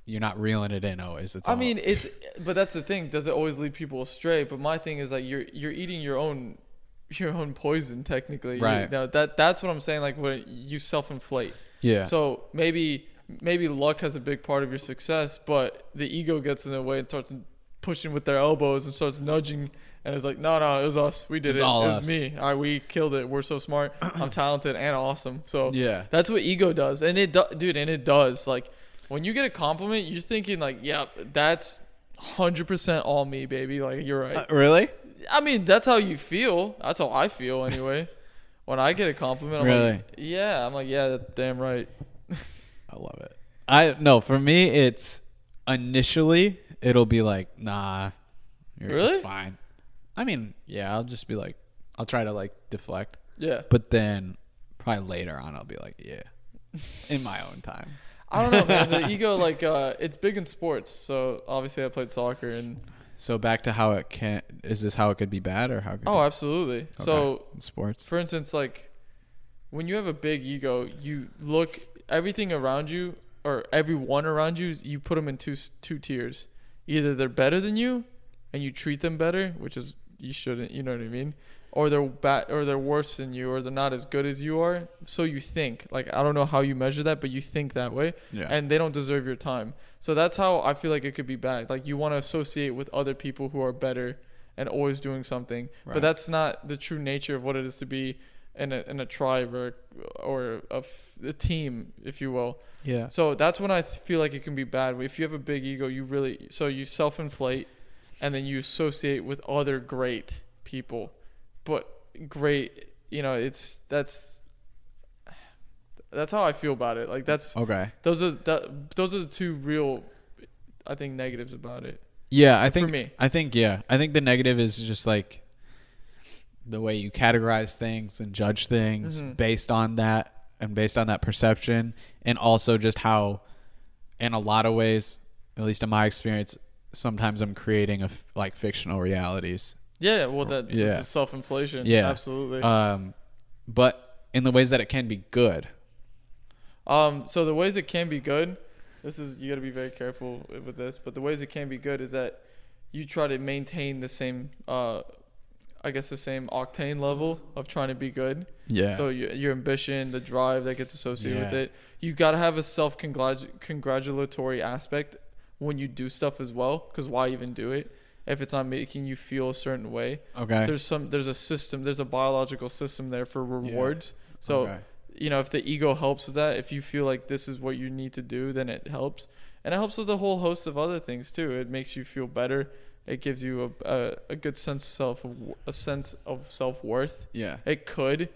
Speaker 2: you're not reeling it in always it's
Speaker 1: I
Speaker 2: all-
Speaker 1: mean, it's but that's the thing. Does it always lead people astray? But my thing is like you're you're eating your own your own poison technically. You
Speaker 2: Right.
Speaker 1: know, that that's what I'm saying. Like when you self inflate.
Speaker 2: yeah
Speaker 1: So maybe maybe luck has a big part of your success, but the ego gets in the way and starts pushing with their elbows and starts nudging. And it's like, no, no, it was us. We did
Speaker 2: It's
Speaker 1: it.
Speaker 2: all
Speaker 1: it was
Speaker 2: us."
Speaker 1: me. I, we killed it. We're so smart. I'm talented and awesome. So
Speaker 2: yeah
Speaker 1: that's what ego does, and it do- dude, and it does. Like when you get a compliment, you're thinking like, "Yep, that's hundred percent all me, baby." Like you're
Speaker 2: Uh,
Speaker 1: right.
Speaker 2: really
Speaker 1: I mean, that's how you feel. That's how I feel anyway. when I get a compliment, I'm
Speaker 2: Really?
Speaker 1: like, "Yeah," I'm like, "Yeah, that's damn right."
Speaker 2: i love it i no for me it's initially it'll be like nah you're,
Speaker 1: Really?
Speaker 2: it's fine i mean yeah i'll just be like i'll try to like deflect
Speaker 1: Yeah.
Speaker 2: but then probably later on i'll be like yeah in my own time
Speaker 1: I don't know, man. The ego, like, uh, it's big in sports. So obviously, I played soccer, and
Speaker 2: so back to how it can is this how it could be bad or how it could
Speaker 1: oh, absolutely.
Speaker 2: be,
Speaker 1: So
Speaker 2: Okay. In sports
Speaker 1: for instance, like when you have a big ego, you look everything around you or everyone around you. You put them in two s- two tiers. Either they're better than you, and you treat them better, which is you shouldn't. You know what I mean? Or they're bad, or they're worse than you, or they're not as good as you are. So you think like I don't know how you measure that, but you think that way
Speaker 2: yeah
Speaker 1: and they don't deserve your time. So that's how I feel like it could be bad. Like you want to associate with other people who are better and always doing something,
Speaker 2: Right.
Speaker 1: but that's not the true nature of what it is to be in a, in a tribe or or a, f- a team, if you will.
Speaker 2: yeah
Speaker 1: So that's when I th- feel like it can be bad. If you have a big ego, you really so you self-inflate, and then you associate with other great people, but great, you know, it's that's. That's how I feel about it. Like that's
Speaker 2: okay
Speaker 1: those are that, those are the two real, I think, negatives about it.
Speaker 2: Yeah, I think
Speaker 1: me.
Speaker 2: I think yeah. I think the negative is just like the way you categorize things and judge things
Speaker 1: Mhm.
Speaker 2: based on that and based on that perception and also just how in a lot of ways, at least in my experience, sometimes I'm creating a f- like fictional realities.
Speaker 1: Yeah, well, that's
Speaker 2: Yeah.
Speaker 1: yeah. self inflation.
Speaker 2: Yeah.
Speaker 1: absolutely.
Speaker 2: Um but in the ways that it can be good.
Speaker 1: um, so the ways it can be good, this is you got to be very careful with this, but the ways it can be good is that you try to maintain the same, uh, I guess, the same octane level of trying to be good.
Speaker 2: Yeah.
Speaker 1: So your, your ambition, the drive that gets associated with
Speaker 2: Yeah.
Speaker 1: it, you got to have a self congratulatory aspect when you do stuff as well. Because why even do it if it's not making you feel a certain way?
Speaker 2: okay.
Speaker 1: There's some, there's a system, there's a biological system there for rewards. So
Speaker 2: okay.
Speaker 1: you know, if the ego helps with that, if you feel like this is what you need to do, then it helps, and it helps with a whole host of other things too. It makes you feel better. It gives you a a, a good sense of self a sense of self worth.
Speaker 2: yeah.
Speaker 1: It could.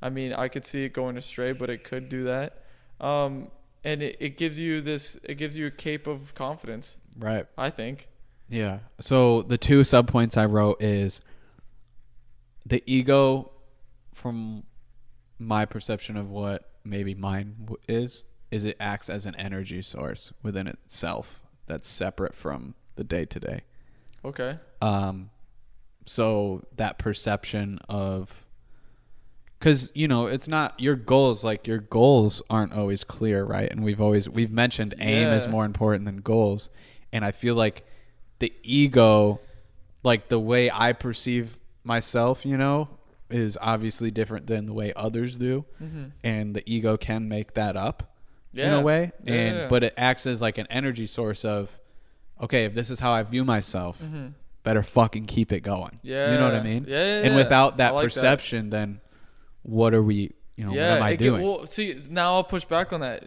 Speaker 1: I mean, I could see it going astray, but it could do that. Um, and it, it gives you this it gives you a cape of confidence
Speaker 2: Right.
Speaker 1: i think
Speaker 2: Yeah. So the two subpoints I wrote is the ego from my perception of what maybe mine w- is is it acts as an energy source within itself that's separate from the day to day.
Speaker 1: okay
Speaker 2: Um so that perception of cuz you know, it's not your goals like your goals aren't always clear, right? And we've always we've mentioned aim is
Speaker 1: Yeah.
Speaker 2: more important than goals. And I feel like the ego like the way I perceive myself, you know, is obviously different than the way others do. And the ego can make that up in
Speaker 1: Yeah.
Speaker 2: a way.
Speaker 1: Yeah,
Speaker 2: and
Speaker 1: yeah, yeah.
Speaker 2: but it acts as like an energy source of okay, if this is how I view myself, better fucking keep it going. You know what I
Speaker 1: Mm-hmm. Yeah.
Speaker 2: mean?
Speaker 1: Yeah, yeah,
Speaker 2: And
Speaker 1: yeah.
Speaker 2: without
Speaker 1: I
Speaker 2: that
Speaker 1: like that.
Speaker 2: perception then what are we you know, what am I
Speaker 1: it get-
Speaker 2: doing?
Speaker 1: well, see, now I'll push back on that,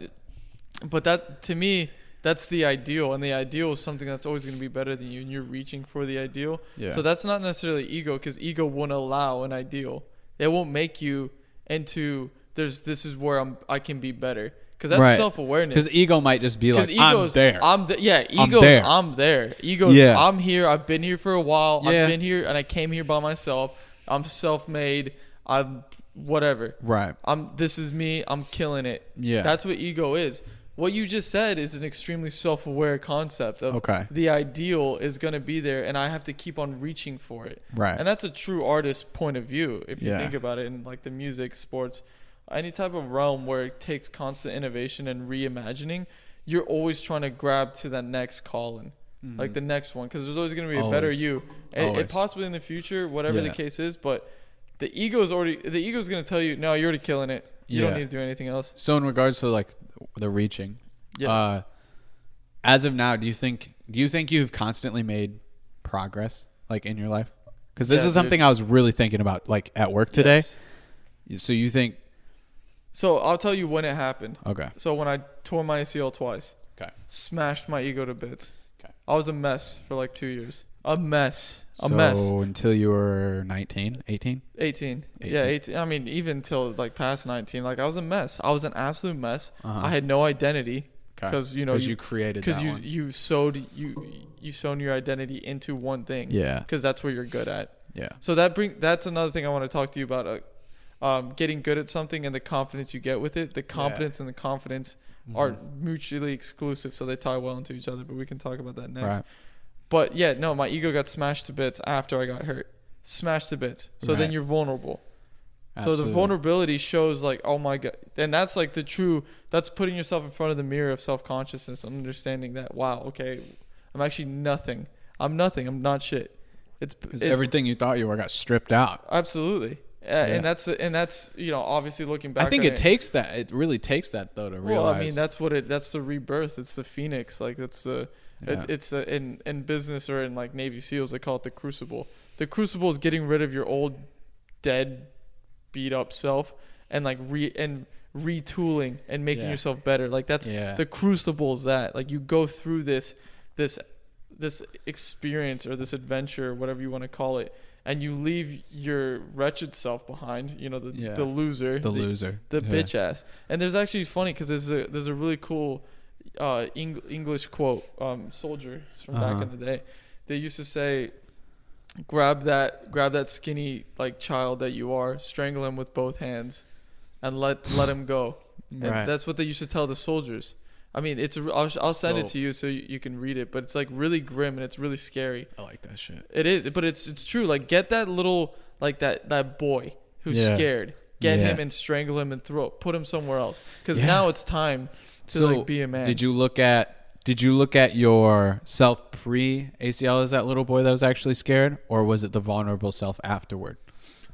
Speaker 1: but that to me, that's the ideal, and the ideal is something that's always going to be better than you, and you're reaching for the ideal.
Speaker 2: Yeah.
Speaker 1: So that's not necessarily ego, because ego won't allow an ideal. It won't make you into there's this is where I'm I can be better, because that's
Speaker 2: Right.
Speaker 1: self awareness.
Speaker 2: Because ego might just be like I'm
Speaker 1: ego's
Speaker 2: there.
Speaker 1: I'm th- yeah, ego's I'm
Speaker 2: there.
Speaker 1: there. I'm Ego's
Speaker 2: Yeah.
Speaker 1: I'm here. I've been here for a while.
Speaker 2: Yeah.
Speaker 1: I've been here and I came here by myself. I'm self made. I'm whatever.
Speaker 2: right.
Speaker 1: I'm this is me. I'm killing it.
Speaker 2: Yeah.
Speaker 1: That's what ego is. What you just said is an extremely self-aware concept of
Speaker 2: Okay.
Speaker 1: the ideal is going to be there and I have to keep on reaching for it.
Speaker 2: Right.
Speaker 1: And that's a true artist point of view if you
Speaker 2: Yeah.
Speaker 1: think about it in like the music, sports, any type of realm where it takes constant innovation and reimagining, you're always trying to grab to that next calling. Like the next one cuz there's always going to be a better
Speaker 2: Mm-hmm.
Speaker 1: you.
Speaker 2: Always.
Speaker 1: And
Speaker 2: Always.
Speaker 1: it possibly in the future, whatever the
Speaker 2: Yeah.
Speaker 1: case is, but the ego's already the ego's gonna tell you, no, you're already killing it. You
Speaker 2: Yeah.
Speaker 1: don't need to do anything else.
Speaker 2: So in regards to like the reaching,
Speaker 1: Yeah.
Speaker 2: Uh, as of now, do you think do you think you've constantly made progress like in your life? Because this
Speaker 1: Yeah,
Speaker 2: is something
Speaker 1: dude.
Speaker 2: I was really thinking about like at work today.
Speaker 1: Yes.
Speaker 2: So you think
Speaker 1: So I'll tell you when it happened.
Speaker 2: okay,
Speaker 1: So when I tore my ACL twice,
Speaker 2: okay,
Speaker 1: smashed my ego to bits.
Speaker 2: Okay.
Speaker 1: I was a mess for like two years. A mess. A
Speaker 2: so
Speaker 1: mess.
Speaker 2: until you were 19, 18?
Speaker 1: 18. Yeah, 18. I mean, even till like past 19, like I was a mess. I was an absolute mess.
Speaker 2: Uh-huh.
Speaker 1: I had no identity
Speaker 2: 'Kay.
Speaker 1: because you know
Speaker 2: you, created
Speaker 1: because
Speaker 2: that
Speaker 1: you
Speaker 2: one.
Speaker 1: you sewed you you sewn your identity into one thing.
Speaker 2: Yeah.
Speaker 1: Because that's where you're good at.
Speaker 2: yeah,
Speaker 1: So that bring that's another thing I want to talk to you about. Uh, um, getting good at something and the confidence you get with it. The confidence and the confidence
Speaker 2: Mm-hmm.
Speaker 1: are mutually exclusive, so they tie well into each other. But we can talk about that next.
Speaker 2: Right.
Speaker 1: But yeah, no, my ego got smashed to bits after I got hurt. Smashed to bits. So
Speaker 2: Right.
Speaker 1: then you're vulnerable. So
Speaker 2: Absolutely.
Speaker 1: the vulnerability shows like, oh my god, and that's like the true. That's putting yourself in front of the mirror of self consciousness, and understanding that wow, okay, I'm actually nothing. I'm nothing. I'm not shit. It's
Speaker 2: 'Cause
Speaker 1: it-
Speaker 2: everything you thought you were got stripped out.
Speaker 1: Absolutely. Uh,
Speaker 2: Yeah.
Speaker 1: And that's and that's you know obviously looking back.
Speaker 2: I think
Speaker 1: on
Speaker 2: it takes that. It really takes that though to realize.
Speaker 1: Well, I mean that's what it. That's the rebirth. It's the phoenix. Like that's the.
Speaker 2: Yeah.
Speaker 1: It, it's a, in in business or in like Navy SEALs they call it the crucible. The crucible is getting rid of your old, dead, beat up self and like re and retooling and making
Speaker 2: Yeah.
Speaker 1: yourself better. Like that's
Speaker 2: Yeah.
Speaker 1: the crucible is that like you go through this this this experience or this adventure, whatever you want to call it, and you leave your wretched self behind. You know the
Speaker 2: Yeah.
Speaker 1: the loser,
Speaker 2: the loser,
Speaker 1: the
Speaker 2: Yeah.
Speaker 1: bitch ass. And there's actually it's funny because there's a there's a really cool uh, Eng- English quote um, soldier from
Speaker 2: Uh-huh.
Speaker 1: back in the day. They used to say, "Grab that, grab that skinny like child that you are, strangle him with both hands, and let let him go." And
Speaker 2: Right.
Speaker 1: that's what they used to tell the soldiers. I mean, it's a, I'll, I'll send it
Speaker 2: Dope.
Speaker 1: to you so you, you can read it, but it's like really grim and it's really scary.
Speaker 2: I like that shit.
Speaker 1: It is, but it's it's true. Like get that little like that that boy who's
Speaker 2: Yeah.
Speaker 1: scared. Get
Speaker 2: Yeah.
Speaker 1: him and strangle him and throw put him somewhere else. Because
Speaker 2: Yeah.
Speaker 1: now it's time to
Speaker 2: so
Speaker 1: like be a man.
Speaker 2: Did you look at did you look at yourself pre ACL as that little boy that was actually scared, or was it the vulnerable self afterward?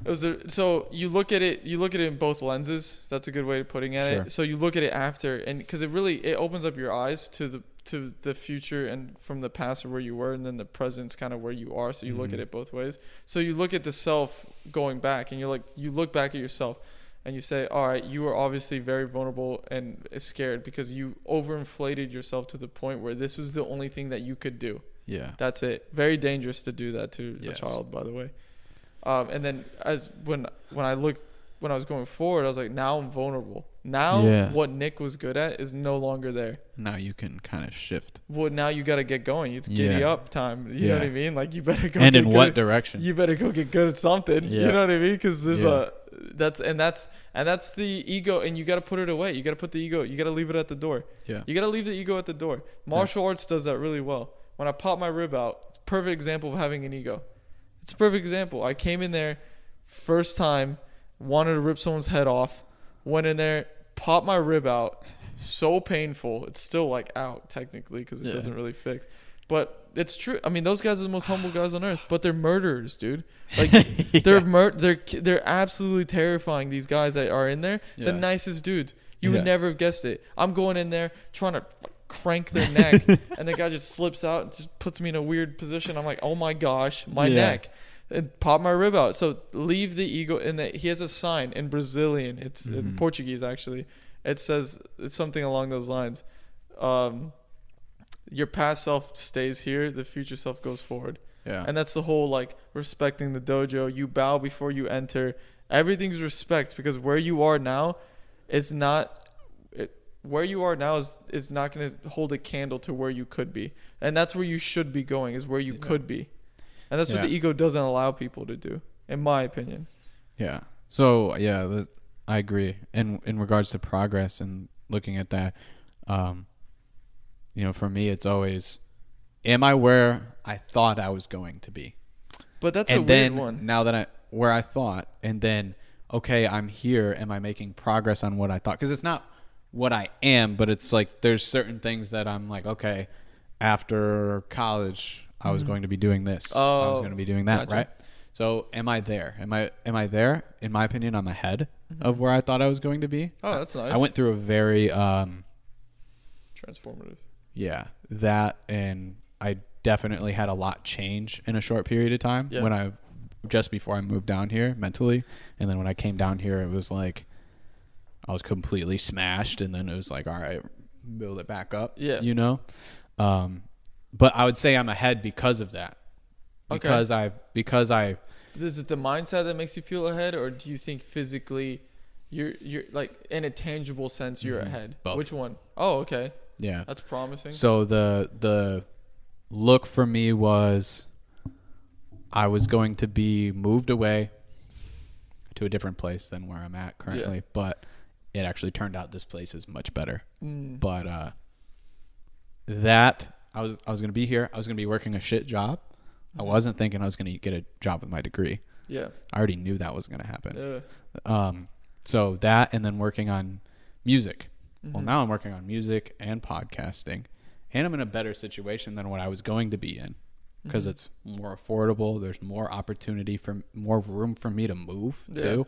Speaker 1: It was the- so you look at it you look at it in both lenses. That's a good way of putting at
Speaker 2: Sure.
Speaker 1: it. So you look at it after and because it really it opens up your eyes to the to the future and from the past of where you were and then the present's kind of where you are. So you look at it both ways. So you look at the self going back and you're like you look back at yourself and you say, All right, you are obviously very vulnerable and scared because you overinflated yourself to the point where this was the only thing that you could do.
Speaker 2: Yeah.
Speaker 1: That's it. Very dangerous to do that to
Speaker 2: Yes.
Speaker 1: a child, by the way. Um, and then as when when I look when I was going forward, I was like, now I'm vulnerable. Now
Speaker 2: Yeah.
Speaker 1: what Nick was good at is no longer there.
Speaker 2: Now you can kind of shift.
Speaker 1: Well, now you got to get going. It's giddy
Speaker 2: Yeah.
Speaker 1: up time. You know
Speaker 2: Yeah.
Speaker 1: what I mean? Like you better go.
Speaker 2: and
Speaker 1: get
Speaker 2: in what
Speaker 1: good-
Speaker 2: direction?
Speaker 1: you better go get good at something.
Speaker 2: Yeah.
Speaker 1: You know what I mean? Because there's
Speaker 2: Yeah.
Speaker 1: a that's and that's and that's the ego, and you got to put it away. You got to put the ego. You got to leave it at the door.
Speaker 2: yeah.
Speaker 1: You got to leave the ego at the door. Martial arts does that really well. When I pop my rib out, it's a perfect example of having an ego. It's a perfect example. I came in there first time, wanted to rip someone's head off, went in there, popped my rib out. So painful. It's still like out technically because it
Speaker 2: Yeah.
Speaker 1: doesn't really fix. But it's true. I mean, those guys are the most humble guys on earth, but they're murderers, dude. Like they're mur- they're ki- they're absolutely terrifying. These guys that are in there,
Speaker 2: Yeah.
Speaker 1: the nicest dudes. You
Speaker 2: Yeah.
Speaker 1: would never have guessed it. I'm going in there trying to f- crank their neck, and the guy just slips out and just puts me in a weird position. I'm like, oh my gosh, my
Speaker 2: Yeah.
Speaker 1: neck, and pop my rib out. So leave the ego in that. He has a sign in Brazilian. It's in
Speaker 2: Mhm.
Speaker 1: Portuguese actually. It says it's something along those lines. Um, your past self stays here. The future self goes forward.
Speaker 2: yeah.
Speaker 1: And that's the whole like respecting the dojo. You bow before you enter. Everything's respect because where you are now is not it, where you are now is is not going to hold a candle to where you could be. And that's where you should be going is where you
Speaker 2: Yeah.
Speaker 1: could be. And that's what
Speaker 2: Yeah.
Speaker 1: the ego doesn't allow people to do in my opinion.
Speaker 2: Yeah. So yeah, that, I agree. In in regards to progress and looking at that, um, you know, for me, it's always, am I where I thought I was going to be?
Speaker 1: But that's a
Speaker 2: and
Speaker 1: weird
Speaker 2: then
Speaker 1: one.
Speaker 2: now that I where I thought, and then okay, I'm here. Am I making progress on what I thought? Because it's not what I am, but it's like there's certain things that I'm like, okay, after college, I was going to be doing this. I was
Speaker 1: Mm-hmm. Oh,
Speaker 2: going to be doing that,
Speaker 1: gotcha.
Speaker 2: right? So am I there? Am I am I there? In my opinion, I'm ahead of where I thought I was going to be.
Speaker 1: Mm-hmm. Oh, that's nice.
Speaker 2: I went through a very um,
Speaker 1: transformative.
Speaker 2: yeah, that and I definitely had a lot change in a short period of time
Speaker 1: Yeah.
Speaker 2: when I just before I moved down here mentally, and then when I came down here, it was like I was completely smashed, and then it was like, all right, build it back up.
Speaker 1: Yeah.
Speaker 2: you know. Um, but I would say I'm ahead because of that,
Speaker 1: Okay.
Speaker 2: because I because I
Speaker 1: Is it the mindset that makes you feel ahead or do you think physically you're you're like in a tangible sense you're ahead?
Speaker 2: Mm-hmm. both.
Speaker 1: Which one? Oh, okay.
Speaker 2: yeah.
Speaker 1: That's promising.
Speaker 2: So the the look for me was I was going to be moved away to a different place than where I'm at currently, but it actually turned out this place is much better.
Speaker 1: Mm.
Speaker 2: But uh that I was I was going to be here. I was going to be working a shit job. I wasn't thinking I was going to get a job with my degree.
Speaker 1: Yeah.
Speaker 2: I already knew that was going to happen.
Speaker 1: Yeah.
Speaker 2: Um, so that and then working on music.
Speaker 1: Mm-hmm.
Speaker 2: Well, now I'm working on music and podcasting, and I'm in a better situation than what I was going to be in because
Speaker 1: Mm-hmm.
Speaker 2: it's more affordable. There's more opportunity for more room for me to move
Speaker 1: Yeah.
Speaker 2: too.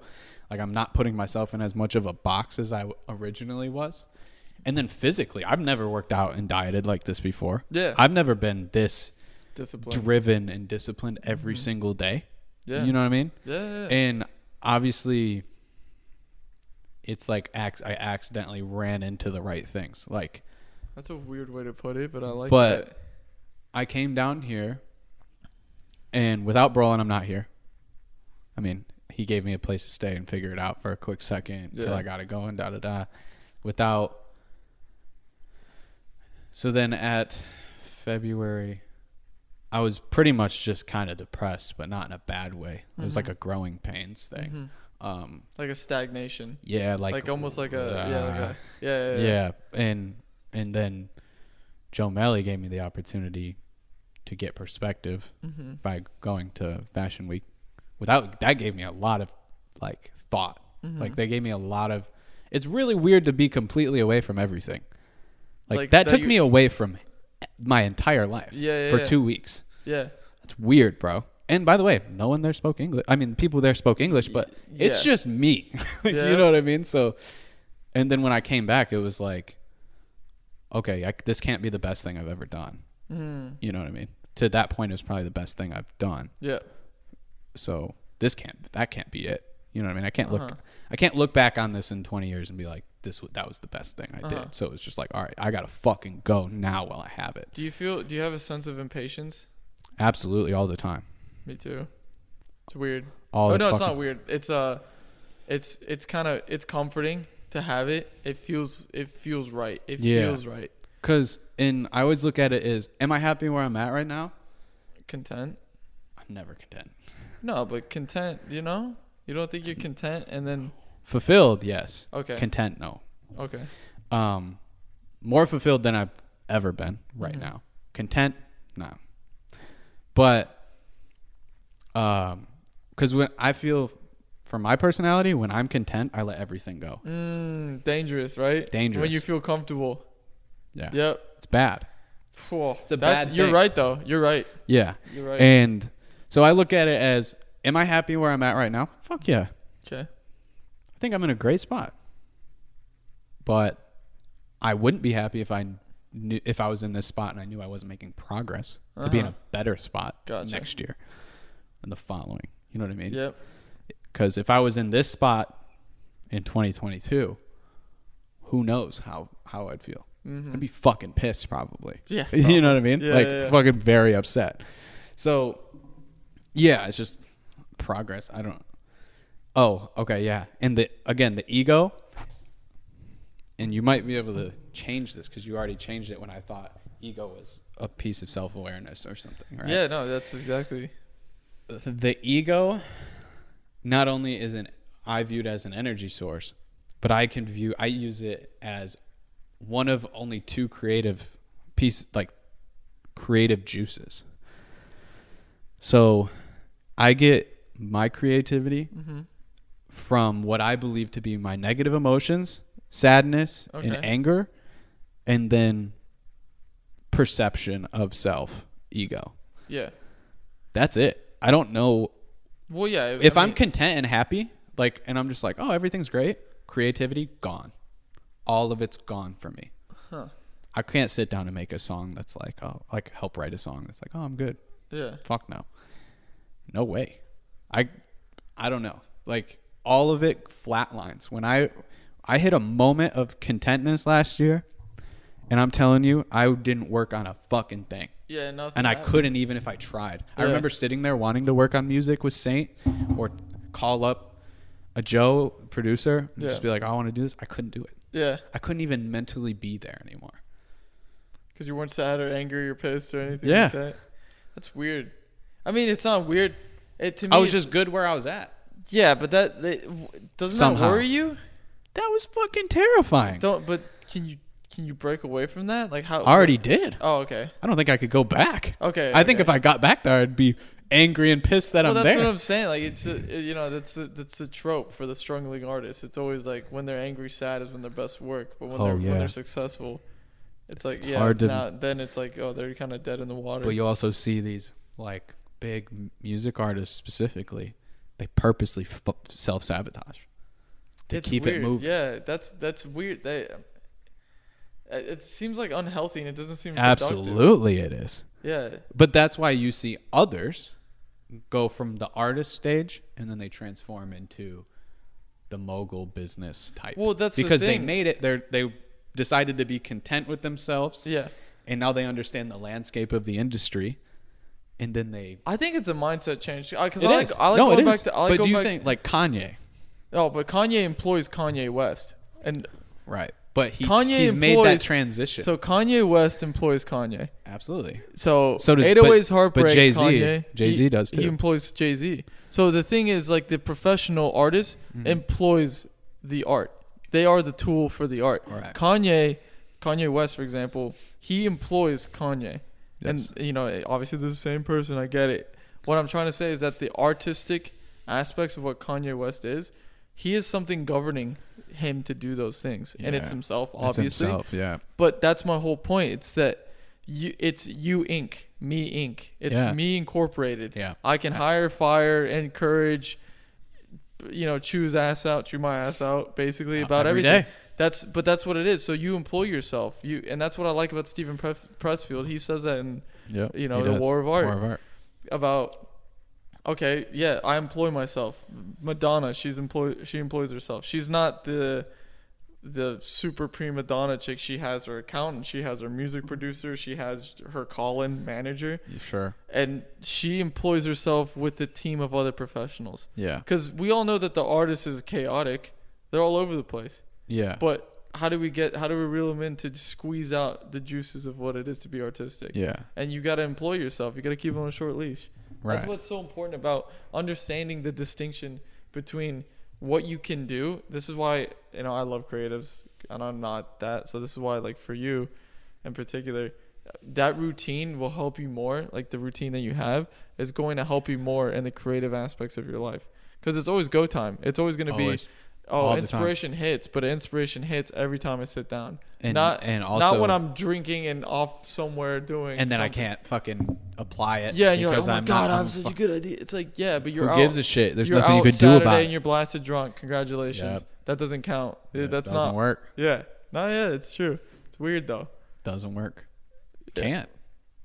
Speaker 2: Like I'm not putting myself in as much of a box as I w- originally was. And then physically, I've never worked out and dieted like this before.
Speaker 1: Yeah.
Speaker 2: I've never been this
Speaker 1: Discipline.
Speaker 2: driven and disciplined every single day.
Speaker 1: Mm-hmm. Yeah.
Speaker 2: You know what I mean?
Speaker 1: yeah. yeah, yeah.
Speaker 2: and obviously it's like ac- i accidentally ran into the right things like
Speaker 1: That's a weird way to put it, but I like
Speaker 2: But-
Speaker 1: that.
Speaker 2: i came down here and without brolin i'm not here i mean he gave me a place to stay and figure it out for a quick second till
Speaker 1: Yeah.
Speaker 2: i got it going da da da without so then at february i was pretty much just kind of depressed but not in a bad way it was like
Speaker 1: Mm-hmm.
Speaker 2: a growing pains thing
Speaker 1: Mhm.
Speaker 2: um
Speaker 1: Like a stagnation.
Speaker 2: yeah like
Speaker 1: Like, almost like a yeah, like
Speaker 2: uh,
Speaker 1: a, yeah, yeah, yeah.
Speaker 2: yeah and and then joe Malley gave me the opportunity to get perspective
Speaker 1: Mhm.
Speaker 2: by going to fashion week without that gave me a lot of like thought
Speaker 1: Mm-hmm.
Speaker 2: like they gave me a lot of it's really weird to be completely away from everything like,
Speaker 1: Like,
Speaker 2: that,
Speaker 1: that
Speaker 2: took
Speaker 1: you-
Speaker 2: me away from my entire life
Speaker 1: Yeah, yeah,
Speaker 2: for
Speaker 1: yeah.
Speaker 2: two weeks
Speaker 1: Yeah.
Speaker 2: that's weird bro and by the way no one there spoke english i mean people there spoke english but it's
Speaker 1: Yeah.
Speaker 2: just me Like,
Speaker 1: Yeah.
Speaker 2: you know what i mean so and then when i came back it was like okay I, this can't be the best thing i've ever done
Speaker 1: Mm.
Speaker 2: you know what i mean to that point it was probably the best thing i've done
Speaker 1: Yeah.
Speaker 2: so this can't that can't be it you know what i mean i can't look
Speaker 1: Uh-huh.
Speaker 2: i can't look back on this in 20 years and be like this w- that was the best thing i
Speaker 1: Uh-huh.
Speaker 2: did so it's just like all right i gotta fucking go now while i have it
Speaker 1: Do you feel do you have a sense of impatience?
Speaker 2: absolutely all the time
Speaker 1: Me too. It's weird.
Speaker 2: all
Speaker 1: oh
Speaker 2: the
Speaker 1: no, it's
Speaker 2: fucking-
Speaker 1: not weird. It's uh it's it's kind of it's comforting to have it. It feels it feels right. It
Speaker 2: Yeah.
Speaker 1: feels right.
Speaker 2: Cause and I always look at it as, am I happy where I'm at right now?
Speaker 1: Content.
Speaker 2: I'm never content.
Speaker 1: No, but content. You know, you don't think you're content, and then
Speaker 2: Fulfilled, yes.
Speaker 1: okay,
Speaker 2: Content, no.
Speaker 1: okay,
Speaker 2: Um, more fulfilled than I've ever been right
Speaker 1: Mhm.
Speaker 2: now. Content, no. But, um, cause when I feel, for my personality, when I'm content, I let everything go.
Speaker 1: mm, dangerous, right?
Speaker 2: Dangerous.
Speaker 1: When you feel comfortable.
Speaker 2: Yeah,
Speaker 1: Yep.
Speaker 2: it's bad.
Speaker 1: Phew.
Speaker 2: a
Speaker 1: That's,
Speaker 2: bad
Speaker 1: You're
Speaker 2: thing.
Speaker 1: right though. You're right.
Speaker 2: Yeah,
Speaker 1: You're right.
Speaker 2: and so I look at it as, am I happy where I'm at right now? Fuck yeah.
Speaker 1: okay.
Speaker 2: I think I'm in a great spot. But I wouldn't be happy if I knew if I was in this spot and I knew I wasn't making progress to be in a
Speaker 1: Uh-huh.
Speaker 2: better spot
Speaker 1: Gotcha.
Speaker 2: next year and the following. You know what I mean?
Speaker 1: Yep.
Speaker 2: Because if I was in this spot in 2022, who knows how how I'd feel?
Speaker 1: Mm-hmm.
Speaker 2: I'd be fucking pissed probably.
Speaker 1: Yeah.
Speaker 2: you know what I mean?
Speaker 1: Yeah,
Speaker 2: like
Speaker 1: yeah, yeah.
Speaker 2: fucking very upset. So yeah, it's just progress. I don't Oh, okay, yeah. And the again, the ego and you might be able to change this cuz you already changed it when I thought ego was a piece of self-awareness or something, right?
Speaker 1: Yeah. No, that's exactly.
Speaker 2: The ego not only is an I viewed as an energy source, but I can view I use it as one of only two creative piece like creative juices. So I get my creativity
Speaker 1: Mhm.
Speaker 2: from what I believe to be my negative emotions, sadness and
Speaker 1: Okay.
Speaker 2: anger, and then perception of self, ego.
Speaker 1: Yeah.
Speaker 2: That's it. I don't know
Speaker 1: Well, yeah. I-
Speaker 2: if
Speaker 1: I
Speaker 2: I am
Speaker 1: mean,
Speaker 2: content and happy, like, and I'm just like, oh, everything's great. Creativity gone, all of it's gone for me.
Speaker 1: Huh.
Speaker 2: I can't sit down and make a song that's like, oh, like help write a song that's like, oh, I'm good.
Speaker 1: yeah.
Speaker 2: Fuck no, no way. I, I don't know. Like all of it flatlines. When I, I hit a moment of contentness last year, and I'm telling you, I didn't work on a fucking thing
Speaker 1: Yeah. Nothing.
Speaker 2: and I
Speaker 1: happened.
Speaker 2: couldn't even if I tried. I
Speaker 1: Yeah.
Speaker 2: remember sitting there wanting to work on music with Saint or call up a Joe producer and just
Speaker 1: Yeah.
Speaker 2: be like, "Oh, I want to do this. I couldn't do it.
Speaker 1: Yeah.
Speaker 2: I couldn't even mentally be there anymore.
Speaker 1: Because you weren't sad or angry or pissed or anything.
Speaker 2: Yeah.
Speaker 1: Like that. That's weird. I mean, it's not weird. It to me.
Speaker 2: I was
Speaker 1: it's-
Speaker 2: just good where I was at.
Speaker 1: Yeah, but that, that w- doesn't
Speaker 2: Somehow.
Speaker 1: that worry you?
Speaker 2: That was fucking terrifying.
Speaker 1: Don't. But can you can you break away from that? Like how?
Speaker 2: I already did.
Speaker 1: Oh, okay.
Speaker 2: I don't think I could go back.
Speaker 1: Okay.
Speaker 2: I think
Speaker 1: okay.
Speaker 2: if I got back there, I'd be angry and pissed that
Speaker 1: Well,
Speaker 2: I'm
Speaker 1: that's
Speaker 2: there.
Speaker 1: what I'm saying. Like it's a, you know that's a, that's the trope for the struggling artist. It's always like when they're angry, sad is when their best work. But when
Speaker 2: Oh,
Speaker 1: they're
Speaker 2: yeah.
Speaker 1: when they're successful, it's like yeah.
Speaker 2: hard to-
Speaker 1: nah, then it's like oh they're kind of dead in the water.
Speaker 2: but you also see these like big m- music artists specifically. They purposely f- self sabotage to
Speaker 1: It's
Speaker 2: keep
Speaker 1: weird.
Speaker 2: it moving.
Speaker 1: Yeah, that's that's weird. They, it it seems like unhealthy and it doesn't seem productive.
Speaker 2: Absolutely, it is.
Speaker 1: Yeah,
Speaker 2: But that's why you see others go from the artist stage and then they transform into the mogul business type.
Speaker 1: Well, that's the
Speaker 2: because they
Speaker 1: thing.
Speaker 2: made it. They they decided to be content with themselves,
Speaker 1: yeah.
Speaker 2: and now they understand the landscape of the industry, and then they.
Speaker 1: I think it's a mindset change because
Speaker 2: It
Speaker 1: I like
Speaker 2: is.
Speaker 1: I like
Speaker 2: no, it
Speaker 1: going
Speaker 2: is.
Speaker 1: back to I like
Speaker 2: but
Speaker 1: going
Speaker 2: do you
Speaker 1: back,
Speaker 2: think like Kanye?
Speaker 1: Oh, but Kanye employs Kanye West, and
Speaker 2: Right. But he
Speaker 1: Kanye
Speaker 2: he's made that
Speaker 1: employs-
Speaker 2: transition.
Speaker 1: so Kanye West employs Kanye.
Speaker 2: absolutely.
Speaker 1: So,
Speaker 2: So does-
Speaker 1: 808's
Speaker 2: but- but
Speaker 1: heartbreak.
Speaker 2: Jay-Z-
Speaker 1: Kanye,
Speaker 2: Jay-Z
Speaker 1: he-
Speaker 2: does too.
Speaker 1: He employs Jay Z. So the thing is, like the professional artist
Speaker 2: Mm-hmm.
Speaker 1: employs the art. They are the tool for the art.
Speaker 2: Right.
Speaker 1: Kanye, Kanye West, for example, he employs Kanye,
Speaker 2: Yes.
Speaker 1: and you know, obviously they're the same person. I get it. What I'm trying to say is that the artistic aspects of what Kanye West is, he is something governing him to do those things, and it's
Speaker 2: Yeah.
Speaker 1: himself,
Speaker 2: That's
Speaker 1: obviously.
Speaker 2: himself, yeah.
Speaker 1: But that's my whole point. It's that you it's you Inc. Me Inc. It's
Speaker 2: Yeah.
Speaker 1: me incorporated.
Speaker 2: Yeah.
Speaker 1: I can hire, fire, encourage, you know, choose ass out, chew my ass out, basically
Speaker 2: Uh,
Speaker 1: about
Speaker 2: every
Speaker 1: everything.
Speaker 2: day.
Speaker 1: That's but that's what it is. So you employ yourself. You and that's what I like about Stephen Pref- Pressfield. He says that in
Speaker 2: Yeah.
Speaker 1: You know,
Speaker 2: he
Speaker 1: the
Speaker 2: does.
Speaker 1: war of art.
Speaker 2: War of art.
Speaker 1: about okay, yeah, I employ myself. Madonna, she's employ she employs herself. She's not the the super prima donna chick. She has her accountant, she has her music producer, she has her call-in manager,
Speaker 2: Sure.
Speaker 1: and she employs herself with a team of other professionals.
Speaker 2: Yeah.
Speaker 1: Because we all know that the artist is chaotic; they're all over the place.
Speaker 2: Yeah.
Speaker 1: But how do we get? How do we reel them in to squeeze out the juices of what it is to be artistic?
Speaker 2: yeah.
Speaker 1: and you got to employ yourself. You got to keep on a short leash. That's
Speaker 2: Right.
Speaker 1: what's so important about understanding the distinction between what you can do. This is why you know I love creatives, and I'm not that. So this is why, like for you, in particular, that routine will help you more. Like the routine that you have is going to help you more in the creative aspects of your life because it's always go time. It's always going to be.
Speaker 2: Always. All
Speaker 1: Oh,
Speaker 2: the time.
Speaker 1: inspiration hits, but inspiration hits every time I sit down.
Speaker 2: And-
Speaker 1: not
Speaker 2: and
Speaker 1: not
Speaker 2: also-
Speaker 1: when I'm drinking and off somewhere doing.
Speaker 2: And then I
Speaker 1: something.
Speaker 2: can't fucking apply it.
Speaker 1: Yeah, and you're like,
Speaker 2: because
Speaker 1: oh my
Speaker 2: I'm
Speaker 1: god,
Speaker 2: not-
Speaker 1: I
Speaker 2: I'm
Speaker 1: have such
Speaker 2: fu-
Speaker 1: a good idea. It's like, yeah, but you're
Speaker 2: Who
Speaker 1: out.
Speaker 2: gives a shit? There's
Speaker 1: you're
Speaker 2: nothing you
Speaker 1: out
Speaker 2: could do
Speaker 1: Saturday
Speaker 2: about
Speaker 1: And
Speaker 2: it.
Speaker 1: you're blasted drunk. Congratulations. That doesn't count. Dude,
Speaker 2: It
Speaker 1: that's
Speaker 2: doesn't
Speaker 1: not.
Speaker 2: work.
Speaker 1: Yeah. No, yeah, it's true. It's weird though.
Speaker 2: Doesn't work.
Speaker 1: Yeah.
Speaker 2: Can't.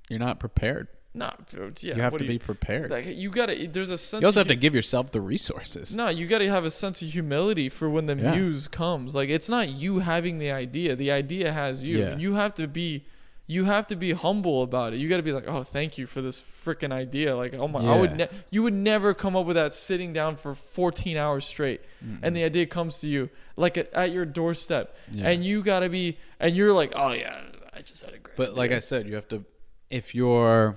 Speaker 2: You're not prepared.
Speaker 1: Not. Yeah.
Speaker 2: you have
Speaker 1: what
Speaker 2: to
Speaker 1: do
Speaker 2: be prepared.
Speaker 1: Like, you gotta. There's a sense.
Speaker 2: you also
Speaker 1: of
Speaker 2: have to
Speaker 1: hu-
Speaker 2: give yourself the resources.
Speaker 1: No, you gotta have a sense of humility for when the
Speaker 2: Yeah.
Speaker 1: muse comes. Like, it's not you having the idea. The idea has you.
Speaker 2: Yeah.
Speaker 1: You have to be. You have to be humble about it. You got to be like, "Oh, thank you for this freaking idea." Like, "Oh my, I would
Speaker 2: Yeah.
Speaker 1: ne- you would never come up with that sitting down for 14 hours straight." and the idea comes to you like at, at your doorstep
Speaker 2: Yeah.
Speaker 1: and you gotta be and you're like oh yeah i just had a great
Speaker 2: But like I said, you have to, if you're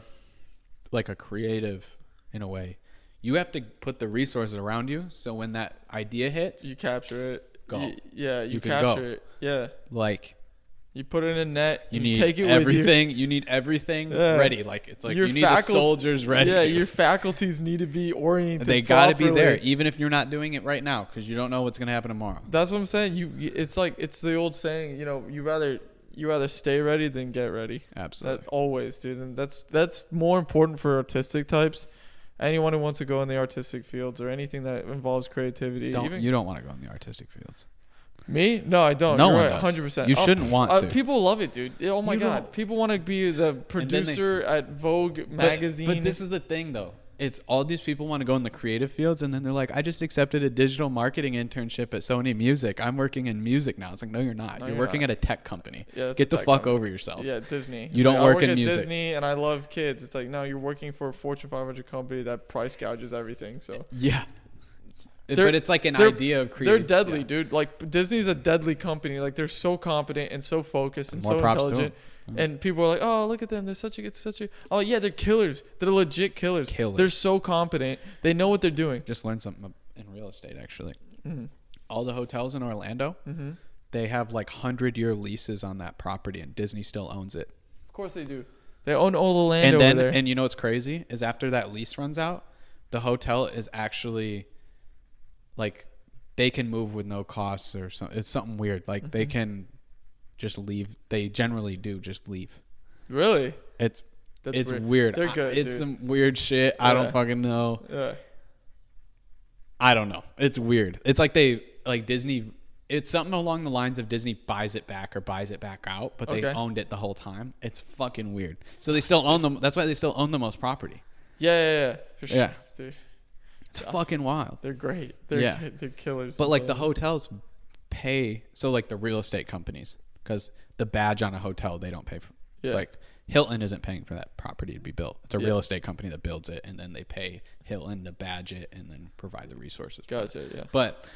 Speaker 2: like a creative in a way, you have to put the resources around you. So when that idea hits,
Speaker 1: you capture it
Speaker 2: Go.
Speaker 1: Y- yeah you,
Speaker 2: You can
Speaker 1: capture
Speaker 2: go.
Speaker 1: it yeah
Speaker 2: like
Speaker 1: you put it in a net
Speaker 2: you
Speaker 1: you,
Speaker 2: need
Speaker 1: take it with
Speaker 2: everything, you. need everything
Speaker 1: Yeah.
Speaker 2: ready. Like it's like
Speaker 1: Your
Speaker 2: you need
Speaker 1: facul-
Speaker 2: the soldiers
Speaker 1: you
Speaker 2: ready.
Speaker 1: yeah
Speaker 2: dude.
Speaker 1: your faculties need to be oriented
Speaker 2: they got to be
Speaker 1: properly.
Speaker 2: there, even if you're not doing it right now, because you don't know what's gonna happen tomorrow.
Speaker 1: that's what i'm saying you you- it's like it's the old saying you know you rather you rather stay ready than get ready
Speaker 2: Absolutely.
Speaker 1: That always, dude. And that's that's more important for artistic types. Anyone who wants to go in the artistic fields or anything that involves creativity.
Speaker 2: don't
Speaker 1: even
Speaker 2: you don't want to go in the artistic fields.
Speaker 1: me? No, I don't.
Speaker 2: No
Speaker 1: You're
Speaker 2: one
Speaker 1: right,
Speaker 2: does.
Speaker 1: 100%.
Speaker 2: You
Speaker 1: Oh,
Speaker 2: shouldn't
Speaker 1: pff,
Speaker 2: want
Speaker 1: uh,
Speaker 2: to.
Speaker 1: People love it, dude. Oh my
Speaker 2: You
Speaker 1: god.
Speaker 2: don't.
Speaker 1: People want to be the producer at Vogue
Speaker 2: But-
Speaker 1: magazine.
Speaker 2: But, this is the thing, though. It's all these people want to go in the creative fields, and then they're like, "I just accepted a digital marketing internship at Sony Music. I'm working in music now." It's like, no, you're not.
Speaker 1: No,
Speaker 2: you're,
Speaker 1: you're
Speaker 2: working
Speaker 1: not.
Speaker 2: at a tech company.
Speaker 1: Yeah, it's a
Speaker 2: Get the
Speaker 1: tech
Speaker 2: fuck
Speaker 1: company.
Speaker 2: over yourself.
Speaker 1: yeah, Disney.
Speaker 2: You don't
Speaker 1: like,
Speaker 2: work
Speaker 1: I work
Speaker 2: in
Speaker 1: at
Speaker 2: music.
Speaker 1: Disney and I love kids. It's like, no, you're working for a Fortune 500 company that price gouges everything. So
Speaker 2: Yeah.
Speaker 1: They're-
Speaker 2: but it's like an
Speaker 1: they're-
Speaker 2: idea of
Speaker 1: They're
Speaker 2: creative.
Speaker 1: deadly,
Speaker 2: yeah.
Speaker 1: dude. Like Disney's a deadly company. Like they're so competent and so focused and
Speaker 2: More
Speaker 1: so
Speaker 2: props to
Speaker 1: intelligent. And people are like, "Oh, look at them! They're such a it's such a oh yeah, they're killers. They're legit killers.
Speaker 2: Killers.
Speaker 1: They're so competent. They know what they're doing.
Speaker 2: Just learned something ab- in real estate actually.
Speaker 1: Mhm.
Speaker 2: All the hotels in Orlando,
Speaker 1: Mm-hmm.
Speaker 2: they have like hundred year leases on that property, and Disney still owns it.
Speaker 1: Of course they do. They own all the land
Speaker 2: and
Speaker 1: over
Speaker 2: then
Speaker 1: there.
Speaker 2: and you know what's crazy is after that lease runs out the hotel is actually like they can move with no costs or something it's something weird like they
Speaker 1: Mm-hmm.
Speaker 2: can just leave they generally do just leave
Speaker 1: really,
Speaker 2: it's
Speaker 1: that's
Speaker 2: it's weird,
Speaker 1: weird. They're
Speaker 2: I-
Speaker 1: good,
Speaker 2: it's
Speaker 1: dude.
Speaker 2: some weird shit i
Speaker 1: Yeah.
Speaker 2: don't fucking know
Speaker 1: Yeah.
Speaker 2: i don't know it's weird it's like they like disney it's something along the lines of disney buys it back or buys it back out but they
Speaker 1: Okay.
Speaker 2: owned it the whole time it's fucking weird so they still own them that's why they still own the most property
Speaker 1: yeah, yeah, yeah, for sure.
Speaker 2: Yeah.
Speaker 1: Dude,
Speaker 2: it's fucking wild
Speaker 1: they're great. They're
Speaker 2: Yeah.
Speaker 1: ki- they're killers.
Speaker 2: But like the
Speaker 1: whole
Speaker 2: hotels pay, so like the real estate companies, because the badge on a hotel they don't pay for.
Speaker 1: Yeah.
Speaker 2: Like Hilton isn't paying for that property to be built. It's a
Speaker 1: Yeah.
Speaker 2: real estate company that builds it, and then they pay Hilton to badge it and then provide the resources. for it.
Speaker 1: gotcha, yeah.
Speaker 2: But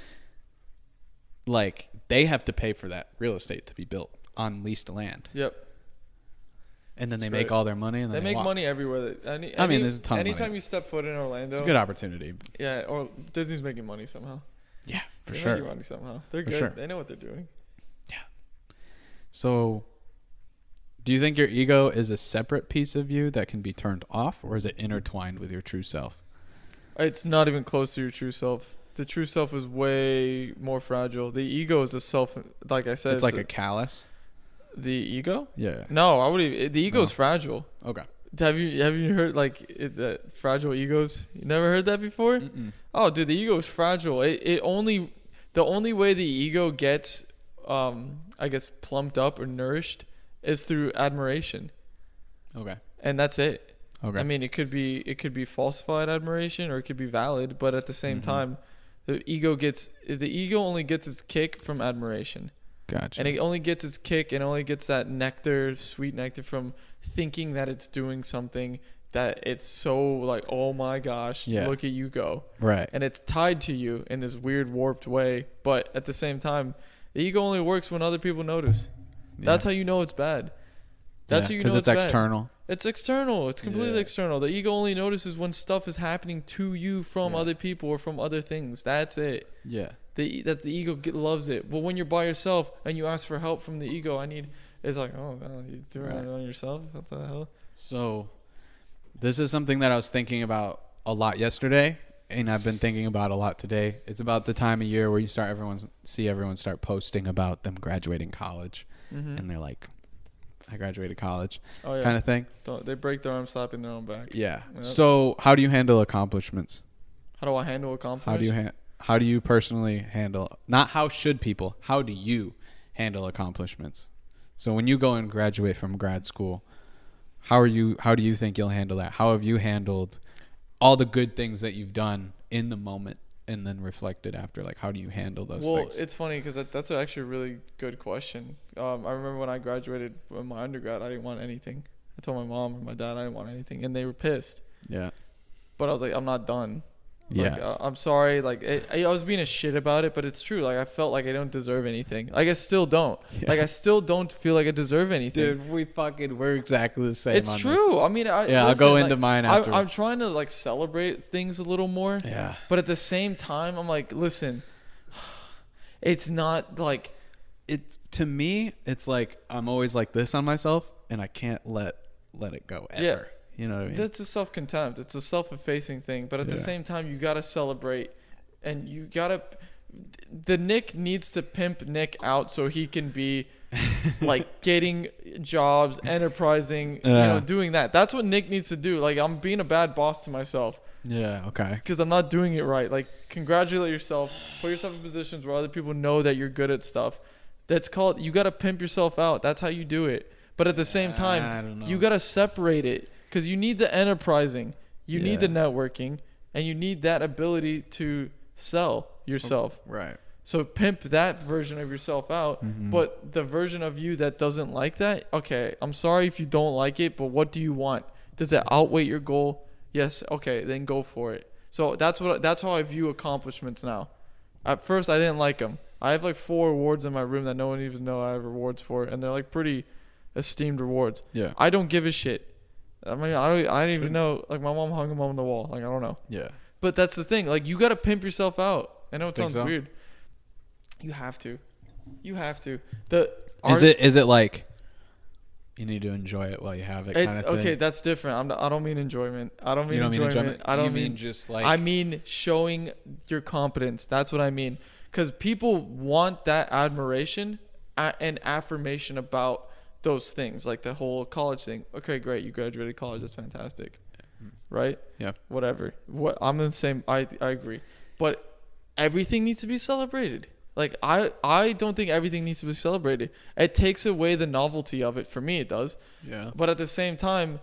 Speaker 2: like they have to pay for that real estate to be built on leased land,
Speaker 1: Yep.
Speaker 2: and then
Speaker 1: That's
Speaker 2: they
Speaker 1: great.
Speaker 2: make all their money. And
Speaker 1: They
Speaker 2: then they,
Speaker 1: make
Speaker 2: walk.
Speaker 1: money everywhere. that- Any,
Speaker 2: I mean,
Speaker 1: any-
Speaker 2: there's a ton of money.
Speaker 1: Anytime you step foot in Orlando,
Speaker 2: It's a good opportunity.
Speaker 1: Yeah, or Disney's making money somehow.
Speaker 2: Yeah, for
Speaker 1: They're
Speaker 2: sure.
Speaker 1: making money somehow. They're
Speaker 2: For
Speaker 1: good.
Speaker 2: sure.
Speaker 1: They know what they're doing.
Speaker 2: So, do you think your ego is a separate piece of you that can be turned off, or is it intertwined with your true self?
Speaker 1: It's not even close to your true self. The true self is way more fragile. The ego is a self. Like I said,
Speaker 2: it's like a, callus.
Speaker 1: the ego.
Speaker 2: Yeah.
Speaker 1: No, I would. even The ego is
Speaker 2: No.
Speaker 1: fragil.
Speaker 2: Okay.
Speaker 1: Have you have you heard like it, that fragile egos? You never heard that before?
Speaker 2: Mm-mm.
Speaker 1: Oh, dude, the ego is fragile. It it only the only way the ego gets, um, I guess, plumped up or nourished is through admiration,
Speaker 2: Okay.
Speaker 1: and that's it.
Speaker 2: Okay.
Speaker 1: I mean, it could be it could be falsified admiration or it could be valid, but at the same
Speaker 2: Mhm.
Speaker 1: time, the ego gets the ego only gets its kick from admiration.
Speaker 2: Gotcha.
Speaker 1: and it only gets its kick and only gets that nectar, sweet nectar from thinking that it's doing something that it's so like, oh my gosh,
Speaker 2: Yeah.
Speaker 1: look at you go.
Speaker 2: right.
Speaker 1: And it's tied to you in this weird warped way, but at the same time, the ego only works when other people notice. That's how you know it's bad. That's how you know
Speaker 2: because
Speaker 1: it's,
Speaker 2: it's,
Speaker 1: bad.
Speaker 2: external.
Speaker 1: It's external. It's completely
Speaker 2: Yeah.
Speaker 1: external. The ego only notices when stuff is happening to you from
Speaker 2: Yeah.
Speaker 1: other people or from other things. That's it
Speaker 2: Yeah.
Speaker 1: the e, that the ego get, loves it. But when you're by yourself and you ask for help from the ego, I need it's like, oh, no, you're doing
Speaker 2: Right.
Speaker 1: it on yourself. What the hell?
Speaker 2: So, this is something that I was thinking about a lot yesterday, and I've been thinking about a lot today. It's about the time of year where you start everyone's see everyone start posting about them graduating college,
Speaker 1: Mm-hmm.
Speaker 2: and they're like, "I graduated college,"
Speaker 1: oh yeah,
Speaker 2: kind of thing.
Speaker 1: Don't, they break their arm slapping their own back.
Speaker 2: Yeah.
Speaker 1: Yep.
Speaker 2: So, how do you handle accomplishments?
Speaker 1: How do I handle a complex?
Speaker 2: How do you ha- how do you personally handle not how should people? How do you handle accomplishments? So when you go and graduate from grad school, how are you how do you think you'll handle that? How have you handled all the good things that you've done in the moment and then reflected after like how do you handle those
Speaker 1: well,
Speaker 2: things?
Speaker 1: it's funny because that, that's actually a really good question. Um, I remember when I graduated from my undergrad, I didn't want anything. I told my mom and my dad I didn't want anything, and they were pissed.
Speaker 2: yeah.
Speaker 1: But I was like, I'm not done.
Speaker 2: Yeah.
Speaker 1: Like, uh, I'm sorry. Like, it, I I was being a shit about it, but it's true. Like, I felt like I don't deserve anything. Like, I still don't. Like, I still don't feel like I deserve anything.
Speaker 2: we fucking we're exactly the same
Speaker 1: it's true. I mean, I,
Speaker 2: Yeah, I'll
Speaker 1: listen,
Speaker 2: go
Speaker 1: like,
Speaker 2: into mine
Speaker 1: I-
Speaker 2: after.
Speaker 1: I'm trying to like celebrate things a little more,
Speaker 2: Yeah.
Speaker 1: but at the same time, I'm like, listen, it's not like
Speaker 2: It to me, it's like I'm always like this on myself and I can't let let it go ever.
Speaker 1: Yeah.
Speaker 2: You know what I mean?
Speaker 1: that's a self contempt. It's a self effacing thing. But at the
Speaker 2: Yeah.
Speaker 1: same time, you gotta celebrate, and you gotta. The Nick needs to pimp Nick out so he can be like getting jobs, enterprising, you
Speaker 2: Yeah.
Speaker 1: know, doing that. That's what Nick needs to do. Like I'm being a bad boss to myself
Speaker 2: yeah, okay.
Speaker 1: because I'm not doing it right. Like congratulate yourself, put yourself in positions where other people know that you're good at stuff. That's called you gotta pimp yourself out. That's how you do it. But at the same time,
Speaker 2: I don't know.
Speaker 1: you gotta separate it because you need the enterprising, you need the
Speaker 2: Yeah.
Speaker 1: networking, and you need that ability to sell yourself.
Speaker 2: Right.
Speaker 1: So pimp that version of yourself out.
Speaker 2: Mhm.
Speaker 1: But the version of you that doesn't like that, okay, I'm sorry if you don't like it, but what do you want? Does it outweigh your goal? Yes, okay, then go for it. So that's what that's how I view accomplishments now. At first, I didn't like them. I have like four awards in my room that no one even know I have awards for, and they're like pretty esteemed awards.
Speaker 2: Yeah.
Speaker 1: I don't give a shit. I mean, I don't, I don't even know. Like my mom hung them on the wall. Like I don't know.
Speaker 2: Yeah.
Speaker 1: But that's the thing. Like you got to pimp yourself out. I know it
Speaker 2: Think
Speaker 1: sounds
Speaker 2: so?
Speaker 1: weird. You have to. You have to. The art-
Speaker 2: Is it is it like you need to enjoy it while you have it,
Speaker 1: it-
Speaker 2: kind of thing?
Speaker 1: okay, that's different. I'm not, I don't mean enjoyment. I don't mean
Speaker 2: you don't mean
Speaker 1: enjoyment.
Speaker 2: enjoyment.
Speaker 1: I don't
Speaker 2: you
Speaker 1: mean,
Speaker 2: just like
Speaker 1: I mean showing your competence. That's what I mean. Cuz people want that admiration a- and affirmation about those things, like the whole college thing. Okay, great. You graduated college. That's fantastic.
Speaker 2: Mm-hmm.
Speaker 1: Right?
Speaker 2: yeah.
Speaker 1: whatever. What I'm the same. I I agree, but everything needs to be celebrated. Like I I don't think everything needs to be celebrated. It takes away the novelty of it for me. It does,
Speaker 2: Yeah.
Speaker 1: but at the same time,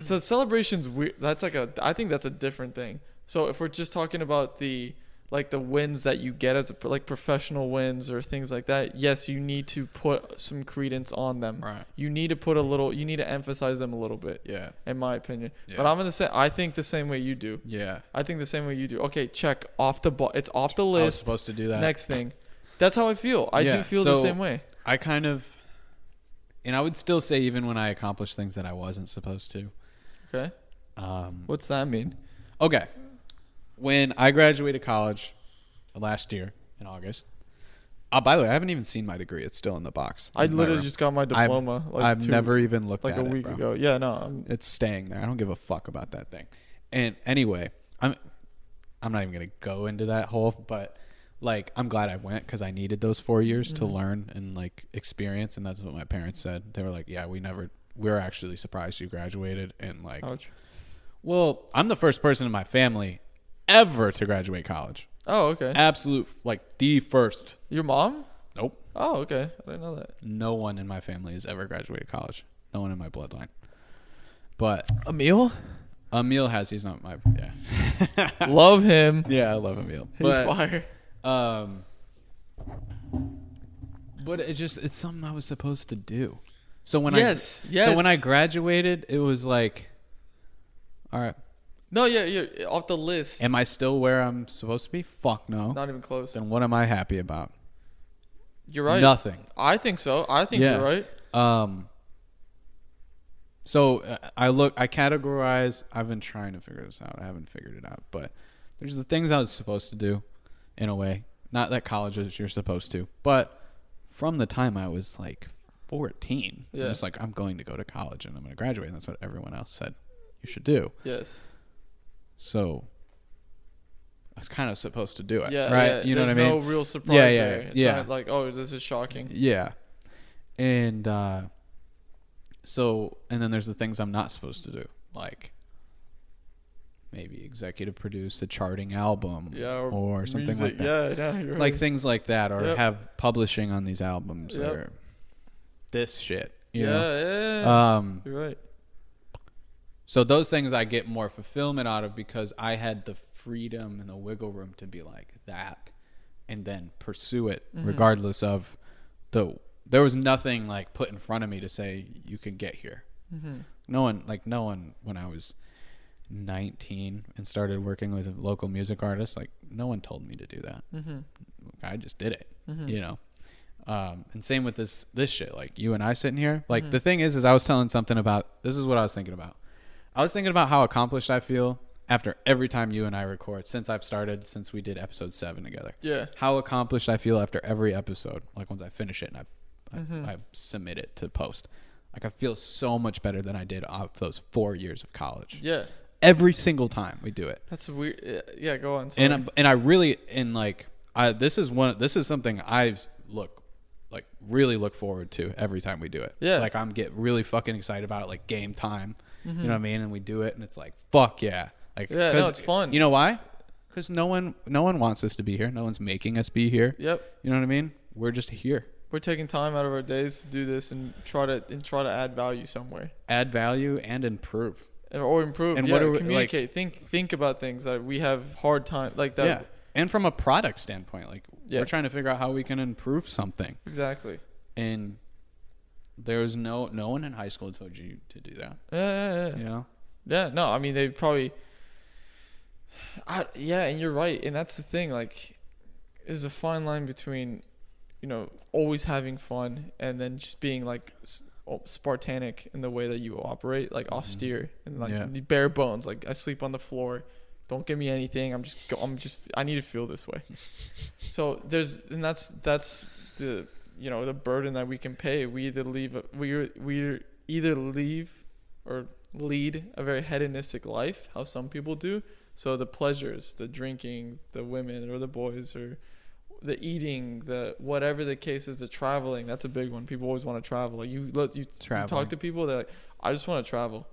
Speaker 1: so celebrations weird. That's like a I think that's a different thing. So if we're just talking about the like the wins that you get as a, like professional wins or things like that, yes, you need to put some credence on them.
Speaker 2: Right.
Speaker 1: You need to put a little. You need to emphasize them a little bit
Speaker 2: Yeah.
Speaker 1: in my opinion. But
Speaker 2: Yeah.
Speaker 1: I'm in the same. I think the same way you do.
Speaker 2: Yeah.
Speaker 1: I think the same way you do. Okay, check off the bo- It's off the
Speaker 2: I was
Speaker 1: list.
Speaker 2: supposed to do that.
Speaker 1: Next thing. That's how I feel. I do
Speaker 2: Yeah,
Speaker 1: feel the
Speaker 2: so-
Speaker 1: same way.
Speaker 2: I kind of and I would still say even when I accomplished things that I wasn't supposed to.
Speaker 1: Okay.
Speaker 2: Um
Speaker 1: What's that mean?
Speaker 2: Okay. When I graduated college last year in August. Oh, by the way, I haven't even seen my degree. It's still in the box.
Speaker 1: I
Speaker 2: in my
Speaker 1: literally
Speaker 2: room.
Speaker 1: just got my
Speaker 2: I've-
Speaker 1: diploma. like
Speaker 2: I've
Speaker 1: two-
Speaker 2: never even looked
Speaker 1: like
Speaker 2: at
Speaker 1: a
Speaker 2: it,
Speaker 1: week
Speaker 2: bro.
Speaker 1: ago. Yeah, no. I'm,
Speaker 2: It's staying there. I don't give a fuck about that thing. And anyway, I'm I'm not even gonna go into that whole, but like I'm glad I went because I needed those four years to learn and like experience, and that's what my parents said. They were like, "Yeah, we never, we were actually surprised you graduated." And like,
Speaker 1: ouch.
Speaker 2: well, I'm the first person in my family ever to graduate college.
Speaker 1: Oh, okay.
Speaker 2: Absolute, like the first.
Speaker 1: Your mom?
Speaker 2: Nope,
Speaker 1: Oh, okay. I didn't know that.
Speaker 2: no one in my family has ever graduated college. No one in my bloodline. But
Speaker 1: Emil?
Speaker 2: Emil has. He's not my. Yeah.
Speaker 1: Love him.
Speaker 2: Yeah, I love Emil.
Speaker 1: He's
Speaker 2: But
Speaker 1: fire.
Speaker 2: um, But it just it's something I was supposed to do. So when
Speaker 1: yes,
Speaker 2: I
Speaker 1: yes.
Speaker 2: so when I graduated, it was like, all right,
Speaker 1: no, yeah, you're off the list.
Speaker 2: am I still where I'm supposed to be? Fuck no.
Speaker 1: Not even close.
Speaker 2: Then what am I happy about?
Speaker 1: You're right.
Speaker 2: Nothing.
Speaker 1: I think so. I think
Speaker 2: Yeah.
Speaker 1: you're right.
Speaker 2: Um. So uh, I look, I categorize. I've been trying to figure this out. I haven't figured it out, but there's the things I was supposed to do, in a way. Not that colleges you're supposed to, but from the time I was like 14,
Speaker 1: Yeah.
Speaker 2: I was like, I'm going to go to college and I'm going to graduate, and that's what everyone else said you should do.
Speaker 1: Yes.
Speaker 2: So I was kind of supposed to do it,
Speaker 1: Yeah.
Speaker 2: right?
Speaker 1: yeah.
Speaker 2: you know what I
Speaker 1: There's
Speaker 2: mean?
Speaker 1: No real surprise
Speaker 2: Yeah, yeah,
Speaker 1: there. It's
Speaker 2: yeah.
Speaker 1: not like oh, this is shocking.
Speaker 2: Yeah. And uh so and then there's the things I'm not supposed to do, like maybe executive produce a charting album
Speaker 1: Yeah. Or,
Speaker 2: something
Speaker 1: music.
Speaker 2: like that.
Speaker 1: Yeah. No, you're
Speaker 2: Like
Speaker 1: right.
Speaker 2: things like that or
Speaker 1: Yep.
Speaker 2: have publishing on these albums
Speaker 1: Yep.
Speaker 2: or this shit, you
Speaker 1: yeah,
Speaker 2: know.
Speaker 1: yeah. yeah.
Speaker 2: Um
Speaker 1: you're right.
Speaker 2: so those things I get more fulfillment out of because I had the freedom and the wiggle room to be like that and then pursue it regardless of the there was nothing like put in front of me to say you can get here. No one like no one when I was 19 and started working with a local music artists like no one told me to do that. I just did it, you know. Um, and same with this this shit. Like you and I sitting here. Like the thing is, is I was telling something about this is what I was thinking about. I was thinking about how accomplished I feel after every time you and I record since I've started since we did episode seven together.
Speaker 1: Yeah.
Speaker 2: How accomplished I feel after every episode. Like once I finish it and I I,
Speaker 1: Mm-hmm.
Speaker 2: I submit it to post. Like I feel so much better than I did off those four years of college.
Speaker 1: Yeah.
Speaker 2: Every single time we do it
Speaker 1: That's weird. yeah, Yeah. Go on. Sorry.
Speaker 2: and I, and I really and like I this is one this is something I look like really look forward to every time we do it.
Speaker 1: Yeah.
Speaker 2: like I'm get really fucking excited about it, like game time. You know what I mean? And we do it, and it's like fuck yeah, like
Speaker 1: Mm-hmm. Yeah, no,
Speaker 2: 'cause-
Speaker 1: it's fun.
Speaker 2: You know why? Because no one no one wants us to be here. No one's making us be here.
Speaker 1: yep.
Speaker 2: You know what I mean? We're just here.
Speaker 1: We're taking time out of our days to do this and try to and try to add value somewhere
Speaker 2: Add value and improve.
Speaker 1: and or improve.
Speaker 2: And
Speaker 1: yeah,
Speaker 2: what are we- like-
Speaker 1: communicate. think think about things that we have hard time like that.
Speaker 2: yeah. And from a product standpoint, like
Speaker 1: Yeah.
Speaker 2: we're trying to figure out how we can improve something.
Speaker 1: Exactly.
Speaker 2: and there was no no one in high school told you to do that.
Speaker 1: Yeah, yeah, yeah.
Speaker 2: You know,
Speaker 1: Yeah, no, I mean they probably. I, yeah, and you're right, and that's the thing. Like, is a fine line between, you know, always having fun and then just being like s- oh, Spartanic in the way that you operate, like austere and like
Speaker 2: Yeah.
Speaker 1: the bare bones. Like I sleep on the floor, don't give me anything. I'm just, go- I'm just, I need to feel this way. so there's, and that's that's the you know the burden that we can pay. We either leave, we we either leave or lead a very hedonistic life, how some people do. So the pleasures, the drinking, the women or the boys or the eating, the whatever the case is, the traveling. That's a big one. People always want to travel. Like you, look, you, you
Speaker 2: Traveling.
Speaker 1: talk to people, they're like, I just want to travel.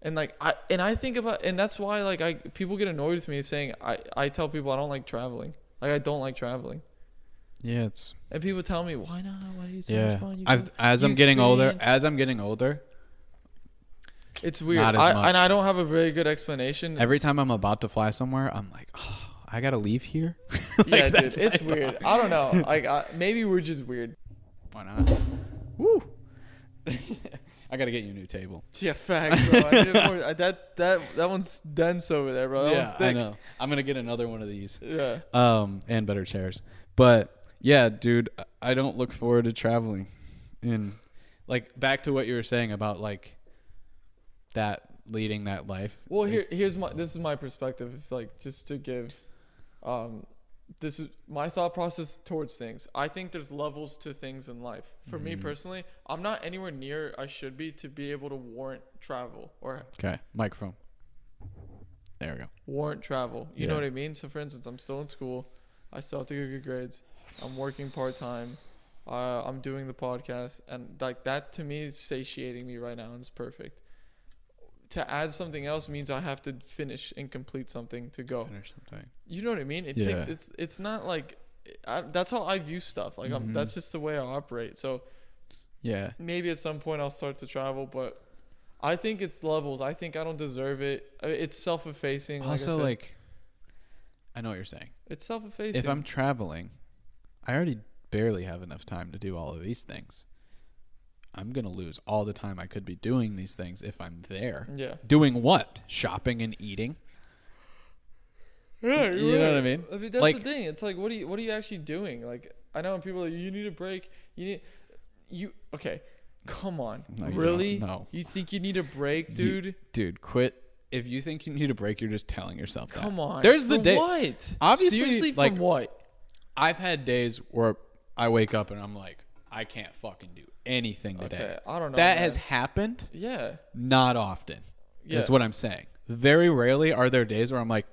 Speaker 1: And like I and I think about and that's why like I people get annoyed with me saying I I tell people I don't like traveling. Like I don't like traveling.
Speaker 2: yeah, it's
Speaker 1: And people tell me why not? Why do you so much fun? You
Speaker 2: I've,
Speaker 1: go-
Speaker 2: as
Speaker 1: you
Speaker 2: I'm getting older,
Speaker 1: experience."
Speaker 2: as I'm getting older,
Speaker 1: it's weird.
Speaker 2: not as
Speaker 1: I,
Speaker 2: much.
Speaker 1: and I don't have a very good explanation.
Speaker 2: every time I'm about to fly somewhere, I'm like, oh, I gotta leave here.
Speaker 1: yeah, dude, it's weird. I don't know. Like, I, maybe we're just weird.
Speaker 2: Why not? Woo! I gotta get you a new table.
Speaker 1: Yeah, facts, bro. I need more, I, that that that one's dense over there, bro. That one's thick.
Speaker 2: I know. I'm gonna get another one of these.
Speaker 1: Yeah,
Speaker 2: um, and better chairs. But yeah, dude, I don't look forward to traveling. And like back to what you were saying about like that leading that life.
Speaker 1: Well,
Speaker 2: Like,
Speaker 1: here here's my this is my perspective. Like, just to give, um, this is my thought process towards things. I think there's levels to things in life. For me
Speaker 2: Mm-hmm.
Speaker 1: personally, I'm not anywhere near I should be to be able to warrant travel or
Speaker 2: Okay, microphone. There we go.
Speaker 1: warrant travel. You know
Speaker 2: Yeah.
Speaker 1: what I mean? So for instance, I'm still in school. I still have to get good grades. I'm working part time. Uh, I'm doing the podcast, and like that to me is satiating me right now, and it's perfect. To add something else means I have to finish and complete Oh. something to go.
Speaker 2: Finish something.
Speaker 1: You know what I mean? It
Speaker 2: Yeah.
Speaker 1: takes it's it's not like I, that's how I view stuff. Like I'm,
Speaker 2: Mhm.
Speaker 1: that's just the way I operate. So
Speaker 2: Yeah.
Speaker 1: maybe at some point I'll start to travel, but I think it's levels. I think I don't deserve it. I- It's self-effacing. like I
Speaker 2: Also,
Speaker 1: said.
Speaker 2: like, I know what you're saying.
Speaker 1: It's self effacing.
Speaker 2: If I'm traveling, I already barely have enough time to do all of these things. I'm going to lose all the time I could be doing these things if I'm there.
Speaker 1: Yeah.
Speaker 2: Doing what? Shopping and eating?
Speaker 1: Yeah,
Speaker 2: you know what I mean?
Speaker 1: mean, that's
Speaker 2: Like-
Speaker 1: the thing. It's like, what are you, what are you actually doing? Like, I know people are like, you need a break. You need, you okay? Come on,
Speaker 2: No, you don't.
Speaker 1: really?
Speaker 2: No.
Speaker 1: You think you need a break,
Speaker 2: You-
Speaker 1: dude?
Speaker 2: dude, quit. If you think you need a break, you're just telling yourself that.
Speaker 1: Come on.
Speaker 2: There's the
Speaker 1: For
Speaker 2: day.
Speaker 1: What?
Speaker 2: Obviously,
Speaker 1: Seriously,
Speaker 2: like-
Speaker 1: from what?
Speaker 2: I've had days where I wake up and I'm like, I can't fucking do anything today.
Speaker 1: Okay, I don't know.
Speaker 2: that
Speaker 1: man.
Speaker 2: has happened
Speaker 1: Yeah.
Speaker 2: not often.
Speaker 1: Yeah.
Speaker 2: Is what I'm saying. Very rarely are there days where I'm like,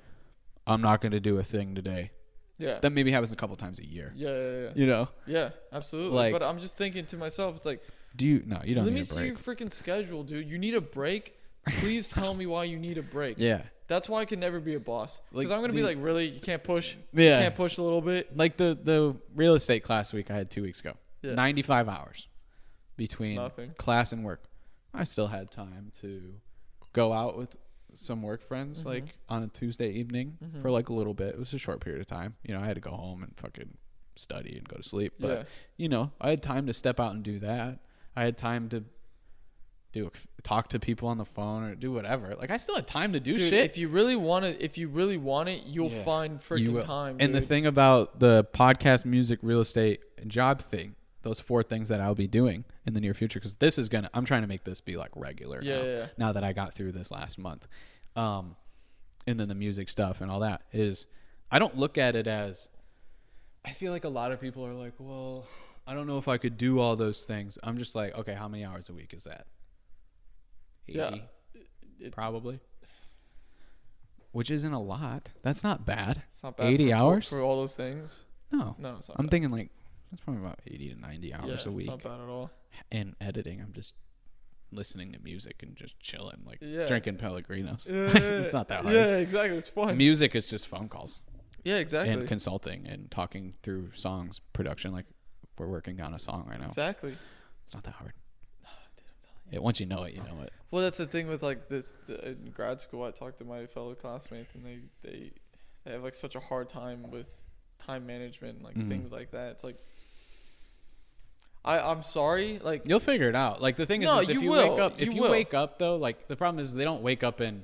Speaker 2: I'm not going to do a thing today.
Speaker 1: Yeah.
Speaker 2: That maybe happens a couple times a year.
Speaker 1: yeah. Yeah. Yeah.
Speaker 2: You know?
Speaker 1: Yeah, Absolutely.
Speaker 2: Like-
Speaker 1: but I'm just thinking to myself, it's like,
Speaker 2: Do you? No, you don't
Speaker 1: let
Speaker 2: need
Speaker 1: me
Speaker 2: a
Speaker 1: see your
Speaker 2: break.
Speaker 1: freaking schedule, dude. You need a break. Please tell me why you need a break.
Speaker 2: yeah.
Speaker 1: That's why I can never be a boss. Because
Speaker 2: Like,
Speaker 1: I'm gonna be
Speaker 2: the-
Speaker 1: like, really, you can't push.
Speaker 2: Yeah.
Speaker 1: Can't push a little bit.
Speaker 2: Like the the real estate class week I had two weeks ago.
Speaker 1: Yeah.
Speaker 2: 95 hours between
Speaker 1: nothing.
Speaker 2: class and work. I still had time to go out with some work friends
Speaker 1: Mm-hmm.
Speaker 2: like on a Tuesday evening for like a little bit. It was a short period of time. You know, I had to go home and fucking study and go to sleep. But
Speaker 1: Yeah.
Speaker 2: you know, I had time to step out and do that. I had time to do talk to people on the phone or do whatever. Like I still had time to do
Speaker 1: Dude,
Speaker 2: shit.
Speaker 1: if you really want it, if you really want it, you'll
Speaker 2: Yeah.
Speaker 1: find freaking
Speaker 2: will.
Speaker 1: time.
Speaker 2: And the
Speaker 1: dude.
Speaker 2: thing about the podcast, music, real estate, and job thing, those four things that I'll be doing in the near future, because this is gonna, I'm trying to make this be like regular.
Speaker 1: Yeah,
Speaker 2: now,
Speaker 1: yeah, yeah.
Speaker 2: now that I got through this last month, um, and then the music stuff and all that is, I don't look at it as. I feel like a lot of people are like, well, I don't know if I could do all those things. I'm just like, okay, how many hours a week is that?
Speaker 1: Yeah. It-
Speaker 2: probably. Which isn't a lot. That's not bad.
Speaker 1: it's not bad
Speaker 2: 80
Speaker 1: for- for-
Speaker 2: hours?
Speaker 1: for all those things.
Speaker 2: No.
Speaker 1: No, it's not
Speaker 2: I'm
Speaker 1: bad.
Speaker 2: thinking like that's probably about 80 to 90 hours
Speaker 1: yeah,
Speaker 2: a
Speaker 1: It's
Speaker 2: week.
Speaker 1: not bad at all.
Speaker 2: And editing, I'm just listening to music and just chilling, like
Speaker 1: Yeah.
Speaker 2: drinking Pellegrinos.
Speaker 1: Yeah,
Speaker 2: it's not that hard.
Speaker 1: Yeah, exactly. It's fun.
Speaker 2: Music is just phone calls
Speaker 1: yeah, exactly.
Speaker 2: and consulting and talking through songs production. Like we're working on a song right now.
Speaker 1: exactly.
Speaker 2: It's not that hard. Yeah, once you know it, you know it.
Speaker 1: Well, that's the thing with like this the, in grad school. I talked to my fellow classmates, and they they they have like such a hard time with time management, and, like
Speaker 2: Mhm.
Speaker 1: things like that. It's like I I'm sorry, like
Speaker 2: You'll figure it out. Like the thing
Speaker 1: No,
Speaker 2: is, is if
Speaker 1: you
Speaker 2: you,
Speaker 1: will.
Speaker 2: wake up, if
Speaker 1: You
Speaker 2: you,
Speaker 1: will.
Speaker 2: wake up though, like the problem is they don't wake up and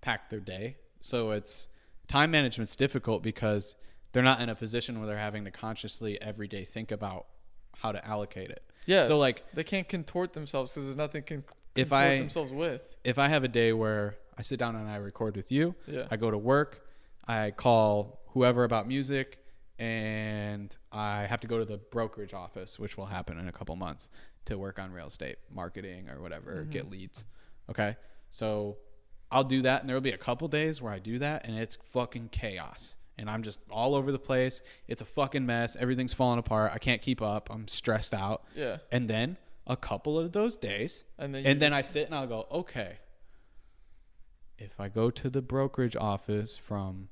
Speaker 2: pack their day. So it's time management's difficult because they're not in a position where they're having to consciously every day think about how to allocate it.
Speaker 1: yeah.
Speaker 2: So like
Speaker 1: they can't contort themselves because there's nothing can
Speaker 2: If
Speaker 1: contort
Speaker 2: I-
Speaker 1: themselves with.
Speaker 2: if I have a day where I sit down and I record with you,
Speaker 1: Yeah.
Speaker 2: I go to work, I call whoever about music, and I have to go to the brokerage office, which will happen in a couple months, to work on real estate marketing or whatever, get leads. Okay. So I'll do that, and there will be a couple days where I do that, and it's fucking chaos. And I'm just all over the place. It's a fucking mess. Everything's falling apart. I can't keep up. I'm stressed out.
Speaker 1: Yeah.
Speaker 2: And then a couple of those days,
Speaker 1: And then you
Speaker 2: and then I
Speaker 1: just-
Speaker 2: sit and I'll go, okay. If I go to the brokerage office from,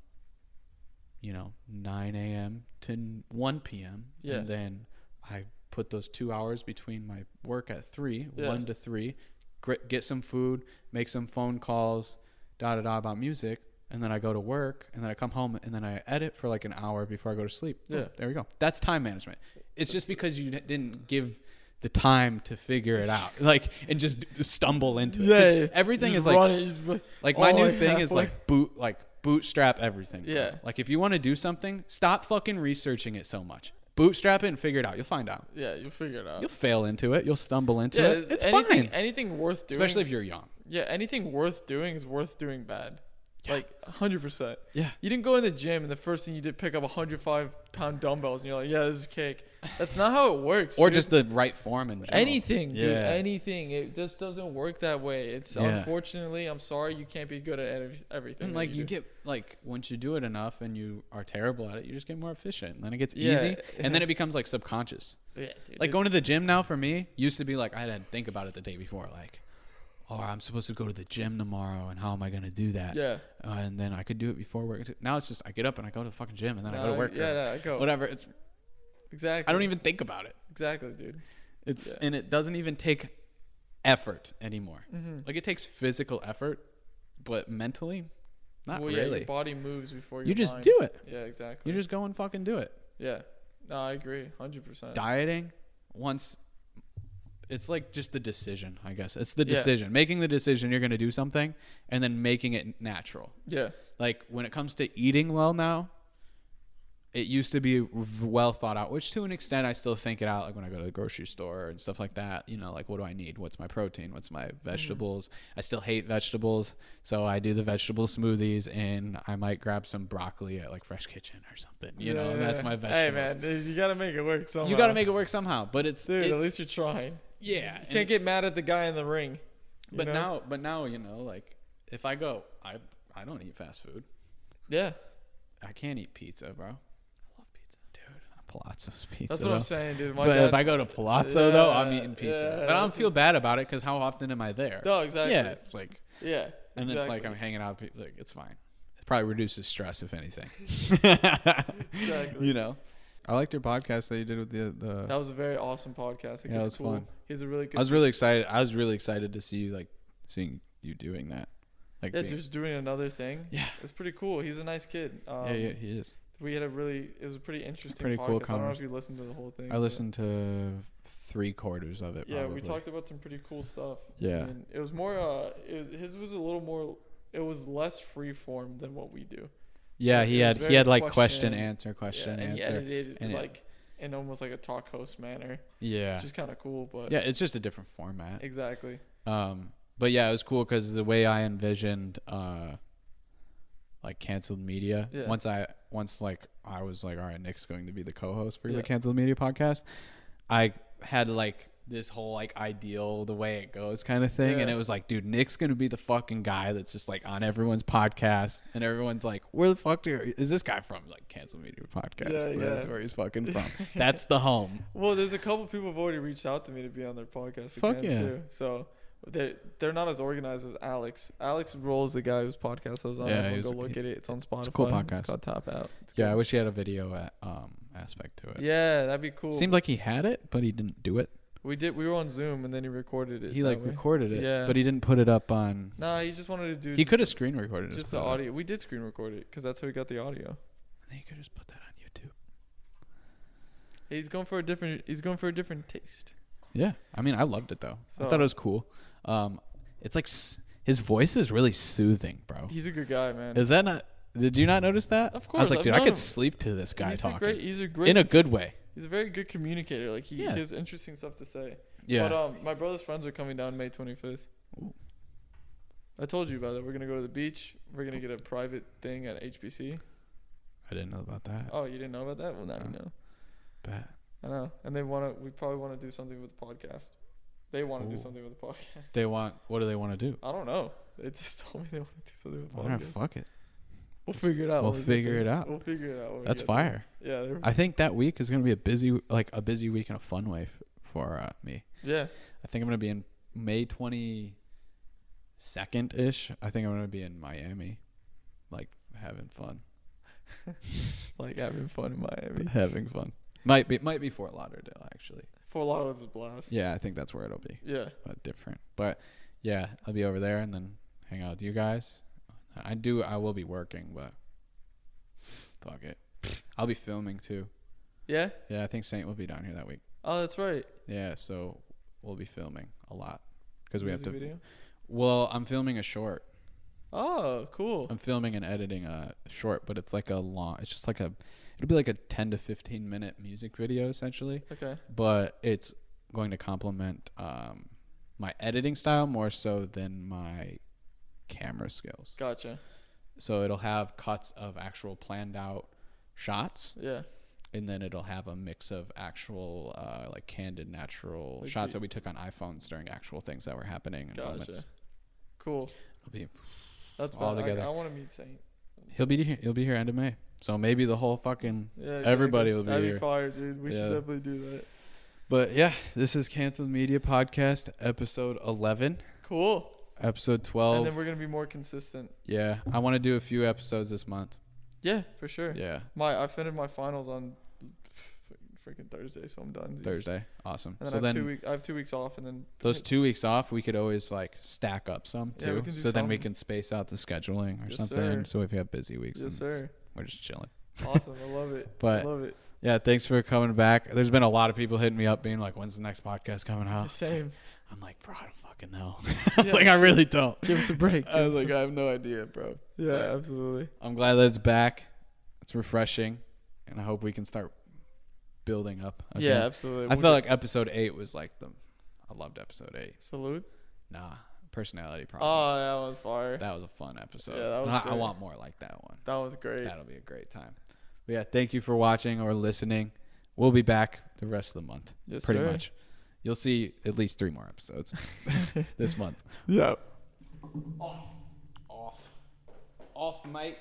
Speaker 2: you know, 9 a.m. to n- 1 p.m.,
Speaker 1: Yeah.
Speaker 2: and then I put those two hours between my work at 3,
Speaker 1: Yeah.
Speaker 2: 1 to 3, gr- get some food, make some phone calls, da da da about music, and then I go to work, and then I come home, and then I edit for like an hour before I go to sleep. Boom,
Speaker 1: Yeah.
Speaker 2: there we go. That's time management. It's just because you didn't give the time to figure it out, like, and just stumble into it. 'Cause everything
Speaker 1: You
Speaker 2: is
Speaker 1: just
Speaker 2: like,
Speaker 1: run it, you just like,
Speaker 2: like my
Speaker 1: all
Speaker 2: new
Speaker 1: like
Speaker 2: thing is
Speaker 1: halfway.
Speaker 2: like boot, like bootstrap everything. bro.
Speaker 1: Yeah.
Speaker 2: Like if you want to do something, stop fucking researching it so much. Bootstrap it and figure it out. You'll find out.
Speaker 1: yeah, you'll figure it out.
Speaker 2: You'll fail into it. You'll stumble into
Speaker 1: yeah,
Speaker 2: it. It's
Speaker 1: anything,
Speaker 2: fine,
Speaker 1: Anything worth doing,
Speaker 2: especially if you're young.
Speaker 1: yeah, anything worth doing is worth doing bad.
Speaker 2: Yeah.
Speaker 1: Like hundred percent.
Speaker 2: Yeah.
Speaker 1: You didn't go in the gym and the first thing you did pick up 105 pound dumbbells and you're like, yeah, this is cake. That's not how it works.
Speaker 2: Or
Speaker 1: dude.
Speaker 2: just the right form and
Speaker 1: anything, dude.
Speaker 2: Yeah.
Speaker 1: Anything. It just doesn't work that way. It's
Speaker 2: Yeah.
Speaker 1: unfortunately, I'm sorry, you can't be good at ev- everything.
Speaker 2: And
Speaker 1: that
Speaker 2: like you,
Speaker 1: do.
Speaker 2: get like once you do it enough and you are terrible at it, you just get more efficient. And then it gets
Speaker 1: Yeah.
Speaker 2: easy, and then it becomes like subconscious.
Speaker 1: yeah, dude,
Speaker 2: Like going to
Speaker 1: it's-
Speaker 2: the gym now for me used to be like I had to think about it the day before, like, oh, I'm supposed to go to the gym tomorrow, and how am I going to do that?
Speaker 1: yeah,
Speaker 2: Uh, and then I could do it before work. Now it's just I get up and I go to the fucking gym, and then I go
Speaker 1: No,
Speaker 2: to work.
Speaker 1: Uh, Yeah,
Speaker 2: or
Speaker 1: no, I go.
Speaker 2: whatever. It's
Speaker 1: Exactly.
Speaker 2: I don't even think about it.
Speaker 1: exactly, dude.
Speaker 2: It's
Speaker 1: Yeah.
Speaker 2: and it doesn't even take effort anymore.
Speaker 1: Mm-hmm.
Speaker 2: Like it takes physical effort, but mentally, not
Speaker 1: well, yeah,
Speaker 2: really.
Speaker 1: your body moves before your
Speaker 2: you just
Speaker 1: mind.
Speaker 2: do it.
Speaker 1: Yeah, exactly.
Speaker 2: You just go and fucking do it.
Speaker 1: yeah. No, I agree, hundred percent.
Speaker 2: Dieting once it's like just the decision, I guess. It's the
Speaker 1: Yeah.
Speaker 2: decision. Making the decision you're going to do something and then making it natural.
Speaker 1: Yeah,
Speaker 2: Like when it comes to eating well now, it used to be well thought out, which to an extent I still think it out. Like when I go to the grocery store and stuff like that, you know, like what do I need? What's my protein? What's
Speaker 1: Mm.
Speaker 2: my vegetables? I still hate vegetables, so I do the vegetable smoothies and I might grab some broccoli at like Fresh Kitchen or something. You know, that's my vegetables.
Speaker 1: Hey man, you gotta make it work somehow.
Speaker 2: You got to make it work somehow, but it's,
Speaker 1: dude.
Speaker 2: it's
Speaker 1: at least you're trying.
Speaker 2: yeah.
Speaker 1: You
Speaker 2: and-
Speaker 1: can't get mad at the guy in the ring. you
Speaker 2: but
Speaker 1: know?
Speaker 2: now, but now you know, like if I go, I I don't eat fast food.
Speaker 1: yeah,
Speaker 2: I can't eat pizza, bro. I love pizza, dude. Palazzo's pizza.
Speaker 1: that's what
Speaker 2: though.
Speaker 1: I'm saying, dude. My
Speaker 2: But if
Speaker 1: dad-
Speaker 2: I go to Palazzo though, I'm
Speaker 1: Yeah,
Speaker 2: eating pizza.
Speaker 1: yeah,
Speaker 2: but I don't
Speaker 1: that's
Speaker 2: feel bad about it because how often am I there?
Speaker 1: no, exactly.
Speaker 2: Yeah,
Speaker 1: Yeah,
Speaker 2: it's like,
Speaker 1: yeah.
Speaker 2: and it's like
Speaker 1: exactly.
Speaker 2: I'm hanging out. with people, Like it's fine. It probably reduces stress if anything. You know. I liked your podcast that you did with the the
Speaker 1: That was a very awesome podcast. I think
Speaker 2: Yeah, it
Speaker 1: it's
Speaker 2: was
Speaker 1: cool.
Speaker 2: fun.
Speaker 1: He's a really good.
Speaker 2: I was really excited. I was really excited to see you like seeing you doing that. Like
Speaker 1: yeah,
Speaker 2: being-
Speaker 1: just doing another thing.
Speaker 2: yeah.
Speaker 1: It's pretty cool. He's a nice kid. Um,
Speaker 2: yeah, yeah, he is.
Speaker 1: We had a really. It was a pretty interesting.
Speaker 2: Pretty
Speaker 1: podcast.
Speaker 2: cool
Speaker 1: I don't know
Speaker 2: conver-
Speaker 1: if you listened to the whole thing.
Speaker 2: I
Speaker 1: but-
Speaker 2: listened to three quarters of it.
Speaker 1: Um, Yeah,
Speaker 2: probably.
Speaker 1: we talked about some pretty cool stuff.
Speaker 2: Yeah,
Speaker 1: And it was more. Uh, it was, his was a little more. It was less free form than what we do.
Speaker 2: yeah.
Speaker 1: so
Speaker 2: He
Speaker 1: it was
Speaker 2: had he
Speaker 1: very
Speaker 2: had like question
Speaker 1: question-
Speaker 2: answer question
Speaker 1: yeah, and he
Speaker 2: answer.
Speaker 1: edited
Speaker 2: and
Speaker 1: it
Speaker 2: it-
Speaker 1: like in almost like a talk host manner,
Speaker 2: Yeah,
Speaker 1: which is kind of cool. But
Speaker 2: yeah. It's just a different format.
Speaker 1: exactly.
Speaker 2: Um, but yeah, it was cool because the way I envisioned uh, like canceled media.
Speaker 1: Yeah.
Speaker 2: Once I once like I was like, all right, Nick's going to be the co-host for
Speaker 1: Yeah.
Speaker 2: the canceled media podcast. I had like this whole like ideal the way it goes kind of thing and
Speaker 1: Yeah.
Speaker 2: it was like dude nick's gonna be the fucking guy that's just like on everyone's podcast and everyone's like where the fuck do you- is this guy from like cancel media podcast
Speaker 1: Yeah,
Speaker 2: that's
Speaker 1: yeah.
Speaker 2: where he's fucking from that's the home
Speaker 1: Well, there's a couple people have already reached out to me to be on their podcast
Speaker 2: Fuck
Speaker 1: again
Speaker 2: yeah.
Speaker 1: too. So they're they're not as organized as Alex. Alex rolls the guy whose podcast I was on.
Speaker 2: Yeah,
Speaker 1: Yeah,
Speaker 2: he
Speaker 1: Everyone
Speaker 2: was-
Speaker 1: go look
Speaker 2: he-
Speaker 1: at it. It's on Spotify.
Speaker 2: a cool podcast.
Speaker 1: called Top Out. It's
Speaker 2: yeah i
Speaker 1: cool.
Speaker 2: wish he had a video uh, um aspect to it
Speaker 1: yeah, that'd be cool.
Speaker 2: Seemed like he had it, but he didn't do it.
Speaker 1: we did. We were on Zoom and then he recorded it.
Speaker 2: He
Speaker 1: that
Speaker 2: like
Speaker 1: way.
Speaker 2: recorded it,
Speaker 1: Yeah.
Speaker 2: but he didn't put it up on.
Speaker 1: Nah, he just wanted to do.
Speaker 2: He
Speaker 1: just-
Speaker 2: could have screen recorded it.
Speaker 1: just the audio. We did screen record it because that's how we got the audio.
Speaker 2: He could just put that on YouTube.
Speaker 1: He's going for a different. He's going for a different taste.
Speaker 2: Yeah, I mean, I loved it though. I
Speaker 1: So-
Speaker 2: thought it was cool. Um, it's like s- his voice is really soothing, bro.
Speaker 1: He's a good guy, man.
Speaker 2: Is that not? Did you not notice
Speaker 1: Of
Speaker 2: that? I was
Speaker 1: course,
Speaker 2: like,
Speaker 1: I've
Speaker 2: dude, I
Speaker 1: known
Speaker 2: could
Speaker 1: him.
Speaker 2: sleep to this guy
Speaker 1: he's A
Speaker 2: talking
Speaker 1: great, he's a great.
Speaker 2: in a good way.
Speaker 1: he's a very good communicator. Like he,
Speaker 2: Yeah.
Speaker 1: he has interesting stuff to say.
Speaker 2: Yeah.
Speaker 1: But um, my brother's friends are coming down May 25th.
Speaker 2: Ooh.
Speaker 1: I told you about it. We're gonna go to the beach. We're gonna get a private thing at HBC.
Speaker 2: I didn't know about that.
Speaker 1: Oh, you didn't know about that? Well, now you
Speaker 2: No.
Speaker 1: know.
Speaker 2: But
Speaker 1: I know. And they wanna. We probably wanna do something with the podcast. They wanna
Speaker 2: Ooh.
Speaker 1: do something with the podcast.
Speaker 2: they want. What do they want to do?
Speaker 1: I don't know. They just told me they wanna do something with the
Speaker 2: All right,
Speaker 1: podcast.
Speaker 2: fuck it.
Speaker 1: We'll figure it out.
Speaker 2: We'll
Speaker 1: when we get
Speaker 2: figure
Speaker 1: there.
Speaker 2: it out.
Speaker 1: We'll figure it out. when we
Speaker 2: That's
Speaker 1: get there.
Speaker 2: fire.
Speaker 1: Yeah. they're-
Speaker 2: I think that week is gonna be a busy, like a busy week in a fun way f- for uh, me.
Speaker 1: Yeah.
Speaker 2: I think I'm gonna be in May 22nd ish. I think I'm gonna be in Miami, like having fun,
Speaker 1: Like having fun in Miami.
Speaker 2: having fun. Might be might be Fort Lauderdale actually.
Speaker 1: Fort Lauderdale's a blast.
Speaker 2: Yeah, I think that's where it'll be,
Speaker 1: Yeah.
Speaker 2: but different. But yeah, I'll be over there and then hang out with you guys. I do. I will be working, but fuck it. I'll be filming too.
Speaker 1: Yeah.
Speaker 2: Yeah, I think Saint will be down here that week.
Speaker 1: Oh, that's right.
Speaker 2: Yeah, so we'll be filming a lot because we have
Speaker 1: Music
Speaker 2: to.
Speaker 1: video.
Speaker 2: Well, I'm filming a short.
Speaker 1: Oh, cool.
Speaker 2: I'm filming and editing a short, but it's like a long. It's just like a. It'll be like a 10 to 15 minute music video essentially,
Speaker 1: Okay.
Speaker 2: but it's going to complement um, my editing style more so than my camera skills.
Speaker 1: Gotcha.
Speaker 2: So it'll have cuts of actual planned out shots,
Speaker 1: Yeah.
Speaker 2: and then it'll have a mix of actual uh, like candid natural
Speaker 1: Like
Speaker 2: shots
Speaker 1: the-
Speaker 2: that we took on iPhones during actual things that were happening. And
Speaker 1: Gotcha.
Speaker 2: moments.
Speaker 1: Cool.
Speaker 2: It'll be
Speaker 1: That's
Speaker 2: All
Speaker 1: all together.
Speaker 2: together.
Speaker 1: I, want to meet Saint.
Speaker 2: he'll be here. He'll be here end of May. So maybe the whole fucking
Speaker 1: Yeah, exactly.
Speaker 2: Everybody will be
Speaker 1: That'd
Speaker 2: here.
Speaker 1: be fire, dude. We
Speaker 2: Yeah.
Speaker 1: should definitely do that.
Speaker 2: But yeah, this is Canceled Media Podcast, episode 11,
Speaker 1: Cool.
Speaker 2: episode
Speaker 1: And
Speaker 2: 12.
Speaker 1: then we're gonna be more consistent.
Speaker 2: yeah, I want to do a few episodes this month.
Speaker 1: Yeah, for sure.
Speaker 2: Yeah,
Speaker 1: My I finished my finals on freaking Thursday, so I'm done.
Speaker 2: Thursday. Awesome.
Speaker 1: And then
Speaker 2: so
Speaker 1: I have two
Speaker 2: then
Speaker 1: week, I have two weeks off, and then
Speaker 2: those two weeks off, we could always like stack up some
Speaker 1: Yeah, we
Speaker 2: too.
Speaker 1: can
Speaker 2: so
Speaker 1: do
Speaker 2: then we
Speaker 1: something.
Speaker 2: can space out the scheduling or
Speaker 1: Yes,
Speaker 2: something.
Speaker 1: sir.
Speaker 2: So if you have busy weeks,
Speaker 1: Yes,
Speaker 2: then it's-
Speaker 1: sir.
Speaker 2: we're just chilling.
Speaker 1: Awesome. I love it.
Speaker 2: But-
Speaker 1: I love it.
Speaker 2: Yeah, thanks for coming back. There's been a lot of people hitting me up being like, when's the next podcast coming out?
Speaker 1: Same.
Speaker 2: I'm like, bro, I don't fucking know. I was like, I really don't.
Speaker 1: Give us a break.
Speaker 2: I
Speaker 1: Give
Speaker 2: was
Speaker 1: us
Speaker 2: like,
Speaker 1: a-
Speaker 2: I have no idea, bro.
Speaker 1: yeah,
Speaker 2: Right.
Speaker 1: absolutely.
Speaker 2: I'm glad that it's back. It's refreshing, and I hope we can start building up. again.
Speaker 1: Yeah, absolutely.
Speaker 2: I felt like episode eight was like the. I loved episode eight.
Speaker 1: salute.
Speaker 2: Nah, personality
Speaker 1: Oh,
Speaker 2: problems.
Speaker 1: that was fire. That,
Speaker 2: that was a fun episode.
Speaker 1: Yeah, that was
Speaker 2: And I, I
Speaker 1: great.
Speaker 2: want more like that one.
Speaker 1: was great.
Speaker 2: That'll be a great time. But yeah, thank you for watching or listening. We'll be back the rest of the month.
Speaker 1: Yes,
Speaker 2: pretty
Speaker 1: sir.
Speaker 2: much. You'll see at least three more episodes this month.
Speaker 1: Yeah.
Speaker 2: Off, off, off, mate.